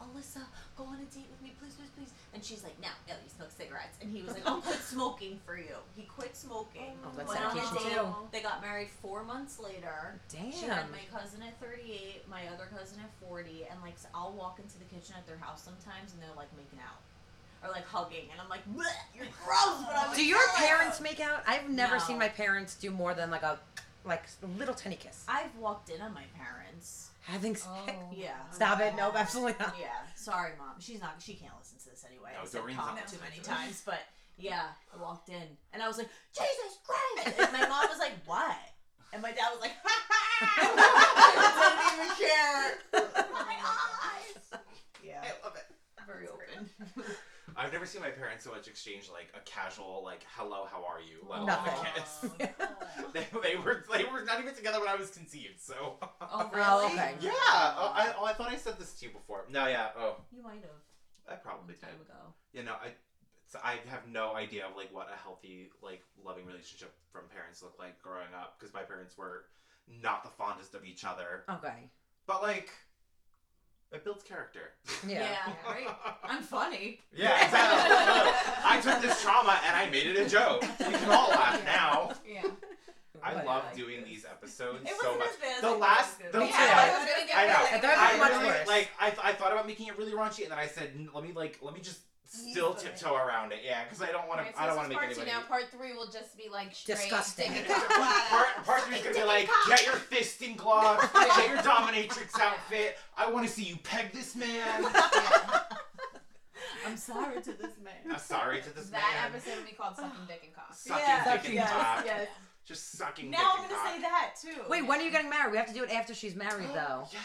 S9: Alyssa, go on a date with me, please, please, please." And she's like, "No, no, you smoke cigarettes." And he was like, "I'll quit smoking for you." He quit smoking.
S6: Oh, that's
S9: went on a
S6: dedication
S9: date.
S6: too.
S9: They got married four months later. She
S6: Damn.
S9: had my cousin at 38, my other cousin at 40, and like so I'll walk into the kitchen at their house sometimes, and they're like making out or like hugging, and I'm like, "Bleh, "You're gross." But I'm
S6: Do your parents make out? I've never
S9: No.
S6: seen my parents do more than like a like little tiny kiss.
S9: I've walked in on my parents.
S6: Having sex.
S7: Oh.
S9: Yeah.
S6: Stop it. Nope, absolutely not.
S9: Yeah. Sorry, mom. She's not. She can't listen to this anyway.
S2: No,
S9: I said
S2: Doreen's
S9: cock
S2: not
S9: too many
S2: listening to
S9: times, but yeah, I walked in and I was like, Jesus Christ! And my mom was like, What? And my dad was like, Ha ha! Didn't even care. my eyes. Yeah.
S5: I love it.
S9: Very open.
S2: I've never seen my parents so much exchange like a casual like "Hello, how are you?" let alone
S6: Nothing.
S2: a kiss. they, they were they were not even together when I was conceived. So
S9: Oh
S6: Oh,
S9: really?
S6: okay.
S2: yeah, oh, I, oh, I thought I said this to you before. No, yeah, oh,
S9: You might have
S2: I
S9: a
S2: probably
S9: long
S2: did.
S9: time ago.
S2: You know, I so I have no idea of like what a healthy like loving relationship from parents looked like growing up because my parents were not the fondest of each other,
S6: Okay.
S2: but like it builds character.
S6: Yeah.
S9: right. I'm funny.
S2: Yeah, exactly. Look, I took this trauma and I made it a joke. We can all laugh now.
S9: Yeah.
S2: I
S6: Right.
S2: love doing these episodes
S9: It
S2: so
S9: wasn't
S2: much.
S9: as bad as I
S2: The
S9: thought it
S2: last,
S9: was
S2: the
S9: gonna
S6: Me
S9: be.
S6: too. I
S2: yeah.
S6: was
S7: gonna get
S2: I know.
S7: really
S6: I thought it was
S2: I
S6: much
S2: really,
S6: worse.
S2: like I, I thought about making it really raunchy, and then I said, "N- let me like, let me just still
S5: Easily.
S2: tiptoe around it, yeah, because I don't want
S7: Alright,
S2: to,
S7: so
S2: I don't
S7: this
S2: want to make
S7: was part two
S2: anybody.
S7: now. Part three will just be like straight
S6: Disgusting.
S7: dick and
S2: part part three's gonna be like, get your fisting glove, get your dominatrix outfit. I want to see you peg this man.
S9: I'm sorry to this man.
S2: I'm sorry to this
S7: That
S2: man.
S7: episode will be called Sucking Dick and Cock.
S2: Sucking
S9: Yeah.
S2: dick and
S9: Yes,
S2: cock.
S9: yes.
S2: Just sucking
S9: Now I'm
S2: dick
S9: gonna say
S2: and cock.
S9: that too.
S6: Wait, when are you getting married? We have to do it after she's married, though.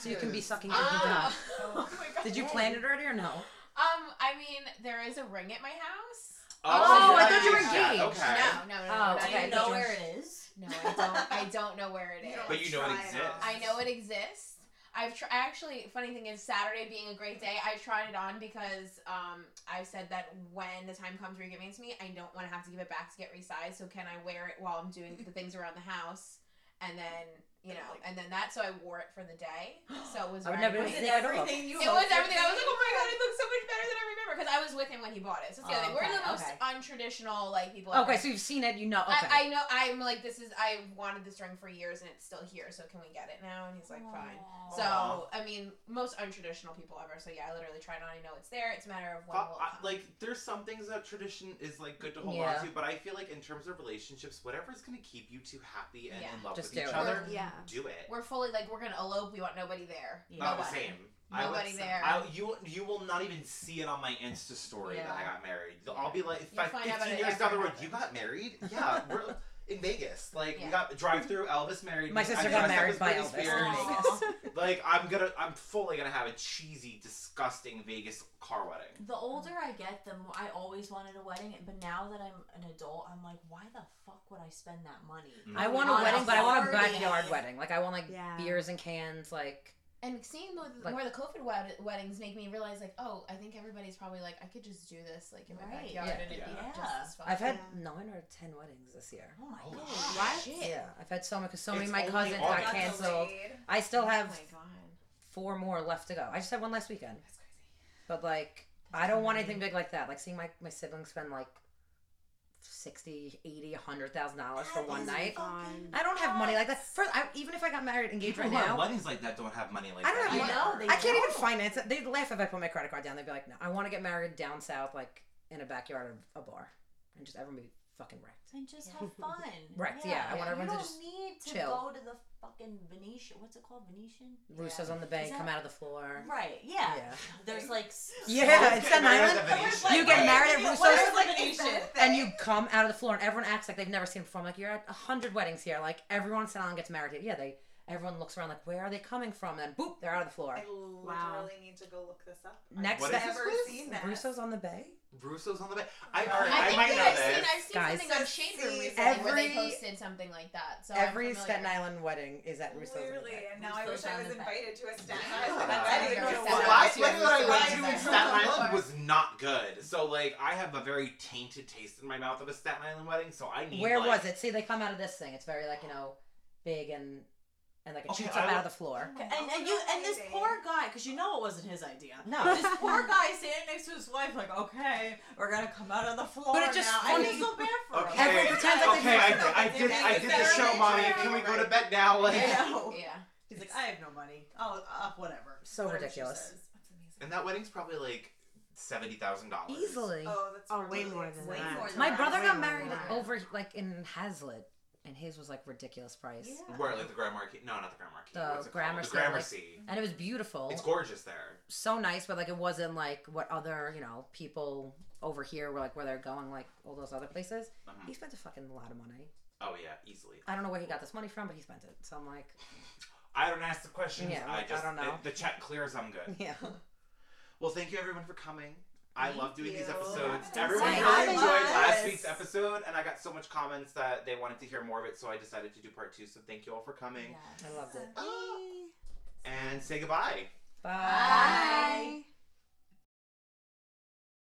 S6: So you can be sucking dick and cock.
S7: Ah.
S6: Did you plan it already or no?
S7: Um, I mean, there is a ring at my house.
S6: Oh,
S2: yeah,
S6: I thought you were
S2: yeah,
S6: engaged.
S2: Okay.
S7: No, no, no,
S6: Oh,
S7: no.
S9: Do
S7: no,
S9: you
S6: okay,
S9: know
S6: but
S9: where it is?
S7: No, I don't. I don't know where it
S5: You
S7: is.
S5: don't
S2: But you know it
S5: try
S2: exists.
S5: on.
S7: I know it exists. I've tr- actually funny thing is Saturday being a great day, I tried it on because um I said that when the time comes where you're giving it to me, I don't want to have to give it back to get resized. So can I wear it while I'm doing the things around the house? And then you know, and then that, so I wore it for the day. So it was
S6: I would
S7: very
S6: never
S7: nice.
S6: say
S7: it
S6: that at all.
S8: everything you
S7: was
S8: hoped
S7: everything. I was
S8: would be?
S7: like, oh my god, it looks so much better than I remember because I was with him when he bought it. So it's the other thing. We're the
S6: Oh, Okay,
S7: most
S6: okay.
S7: untraditional like people.
S6: Okay,
S7: ever.
S6: so you've seen it, you know. Okay.
S7: I, I know. I'm like, this is. I wanted this ring for years, and it's still here. So can we get it now? And he's like, fine. So I mean, most untraditional people ever. So yeah, I literally tried it on. I know it's there. It's a matter of when.
S2: Fuck,
S7: will it
S2: I-
S7: come.
S2: like there's some things that tradition is like good to hold
S6: Yeah.
S2: on to, but I feel like in terms of relationships, whatever's gonna keep you two happy and
S7: Yeah.
S2: in love
S6: Just
S2: with
S6: do
S2: each
S6: it.
S2: other,
S4: Yeah.
S2: do it.
S7: we're fully like we're gonna elope. We want nobody there.
S6: Yeah.
S2: Not the
S7: Nobody.
S2: same. I would-
S7: Nobody there.
S2: I, you you will not even see it on my Insta story that I
S6: Yeah.
S2: got married. I'll be like,
S7: You'll
S2: five,
S7: find
S2: 15
S7: out about it
S2: years down
S7: after
S2: the
S7: it
S2: road,
S7: happens.
S2: you got married? Yeah, we're in Vegas. Like
S7: Yeah.
S2: we got drive through. Elvis married.
S6: My
S2: me. I
S6: sister
S2: dressed
S6: got
S2: up
S6: married
S2: as
S6: by
S2: Britney
S6: Elvis Oh, in
S2: Spears.
S6: Vegas.
S2: Like I'm gonna, I'm fully gonna have a cheesy, disgusting Vegas car wedding.
S9: The older I get, the more I always wanted a wedding, but now that I'm an adult, I'm like, why the fuck would I spend that money?
S6: I want a
S9: On a
S6: wedding, but I want a
S9: party.
S6: backyard wedding. Like I want like
S4: Yeah.
S6: beers and cans. Like
S7: And seeing more, the
S6: Like-
S7: more the COVID wed- weddings make me realize, like, oh, I think everybody's probably like, I could just do this, like, in my
S9: Right.
S7: backyard,
S6: Yeah.
S7: and it'd be
S9: Yeah.
S7: just as fun.
S6: I've had
S4: Yeah.
S6: nine or ten weddings this year.
S9: Oh my
S2: Holy
S9: god.
S7: shit.
S6: Yeah, I've had so many because so many
S2: It's
S6: of my
S2: only
S6: cousins
S2: August.
S6: got
S2: Got
S6: canceled.
S8: delayed.
S6: I still
S7: Oh my
S6: have
S7: god,
S6: four more left to go. I just had one last weekend,
S7: that's crazy.
S6: but like I don't want anything big like that. Like seeing my my siblings spend like. 60 80 100000 dollars for one night
S4: On.
S6: i don't have money like that first I, even if i got married and engaged
S2: People
S6: right
S2: who have
S6: now
S2: weddings like that don't have money like
S6: I don't
S2: that.
S6: have
S2: either.
S9: money. I know, they
S6: I can't even
S9: don't.
S6: finance it. They'd laugh if I put my credit card down. They'd be like, "No, I want to get married down south, like in a backyard of a bar, and just everyone be fucking wrecked."
S9: And just have fun.
S6: Right, yeah, I want everyone to
S9: you don't
S6: just
S9: need to
S6: chill.
S9: go to the fucking Venetian. What's it called? Venetian?
S6: Roosters on the bay,
S9: Is that-
S6: come out of the floor.
S9: Right, yeah.
S6: Yeah.
S9: There's like. s-
S6: Yeah,
S2: Let's
S6: it's
S2: get
S6: an
S2: married at
S6: island.
S2: the Venetian.
S6: You get married at
S8: What is
S6: Roosters,
S8: like an Asian?
S6: and you come out of the floor, and everyone acts like they've never seen it before. I'm like, "You're at a hundred weddings here. Like everyone in Staten Island gets married. here." Yeah, they. Everyone looks around like, "Where are they coming from?" And boop, they're out of the floor.
S8: I literally
S4: Wow.
S8: need to go look this up.
S6: Next,
S2: What
S8: I've
S2: is
S6: step,
S8: never
S2: this place?
S8: seen that.
S6: Roosters on the bay.
S2: Brusso's on the bed. I,
S8: I
S2: all right,
S7: I,
S2: I,
S7: think
S2: might
S7: that
S2: know
S7: I've
S2: this.
S7: seen, I've seen
S6: Guys,
S7: something on Shade Room
S8: see,
S7: recently where they
S6: every-
S7: posted something like that. So
S6: Every
S7: I'm
S6: Staten
S7: familiar.
S6: Island wedding is at Roosters. on the
S8: Clearly,
S6: Bay.
S8: and now I
S9: Roosters
S8: wish I
S9: on
S8: was
S9: the back.
S8: invited to a Staten
S2: Yeah.
S8: Island wedding.
S7: Yeah.
S8: You know
S2: The
S7: Well,
S8: what?
S2: last
S7: Yeah.
S2: wedding that I went to
S8: Yeah.
S2: in Staten Island was not good. So like, I have a very tainted taste in my mouth of a Staten Island wedding. So I need.
S6: Where
S2: like,
S6: was it? See, they come out of this thing. It's very like you know, big and and like it
S2: Okay,
S6: shoots
S2: I
S6: up out
S2: would-
S6: of the floor.
S9: And,
S5: Oh,
S9: and you and this poor guy, because you know it wasn't his idea.
S6: No,
S9: This poor guy standing next to his wife, like, okay, we're gonna come out on the floor.
S6: But it just
S9: now. I
S6: funny-
S9: feel so bad for him.
S2: Okay.
S6: everyone pretends like
S2: Okay,
S6: they.
S2: I, I did. I did the show, mommy. Can we go to bed now? Like,
S9: I know.
S7: Yeah.
S9: He's like, I have no money. Oh, uh, whatever.
S6: So
S9: Whatever she
S6: ridiculous.
S9: says.
S2: and that wedding's probably like seventy thousand dollars.
S6: easily.
S8: Oh, that's
S4: Oh, way
S8: really
S4: more than
S8: expensive.
S4: that.
S9: more than
S6: My
S9: that.
S6: brother
S4: Way
S6: got
S4: more than
S6: married
S4: that.
S6: over like in Hazlitt, and his was like ridiculous price,
S9: Yeah.
S2: Where like the Grand Marquis? No, not the Grand Marquis.
S6: The
S2: What's it
S6: Gramercy,
S2: called? The Gramercy.
S6: like- and it was beautiful,
S2: It's gorgeous there.
S6: so nice, but like it wasn't like what other you know people over here were like where they're going like all those other places.
S2: Mhm.
S6: He spent a fucking lot of money.
S2: Oh yeah, easily.
S6: I don't know where he got this money from, but he spent it. So I'm like,
S2: I don't ask the questions.
S6: Yeah,
S2: I
S6: like, I
S2: just
S6: don't know.
S2: The, the check clears. I'm good.
S6: yeah.
S2: Well, thank you everyone for coming. I love doing these
S8: you.
S2: episodes.
S8: Thanks
S2: Everyone
S4: for
S2: really
S4: having
S2: enjoyed
S4: us.
S2: last week's episode, and I got so much comments that they wanted to hear more of it, so I decided to do part two. So thank you all for coming.
S9: Yes.
S6: I loved it.
S2: And say goodbye.
S6: Bye.
S9: Bye.
S4: Bye.